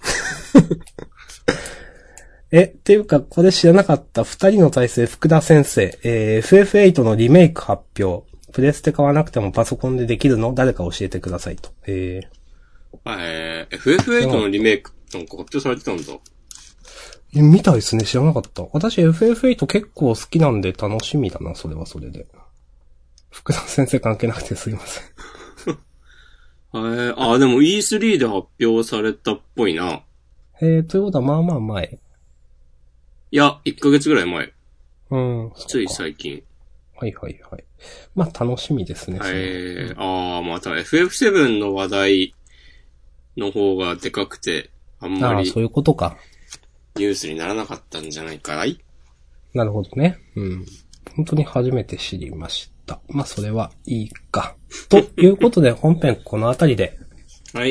え、っていうか、これ知らなかった二人の体制、福田先生、えー、FF8 のリメイク発表。プレステ買わなくてもパソコンでできるの誰か教えてくださいと。ええー、FF8 のリメイクなんか発表されてたんだ。ー、え見たいですね。知らなかった。私 FF8 結構好きなんで楽しみだな、それはそれで。福田先生関係なくて すいません。えー、あ、でも E3 で発表されたっぽいな。えー、ということはまあまあ前。いや、1ヶ月ぐらい前。うん。そっかつい最近。はいはいはい。まあ楽しみですね。それえー、あー、まあただ FF7 の話題の方がでかくて、あんまああ、りそういうことか。ニュースにならなかったんじゃないかいなるほどね。うん。本当に初めて知りました。まあそれはいいか。ということで 本編このあたりで。はい。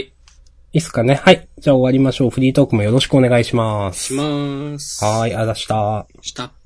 いいっすかね。はい。じゃあ終わりましょう。フリートークもよろしくお願いしましす。まーす。はーい、ありがとうございました。した。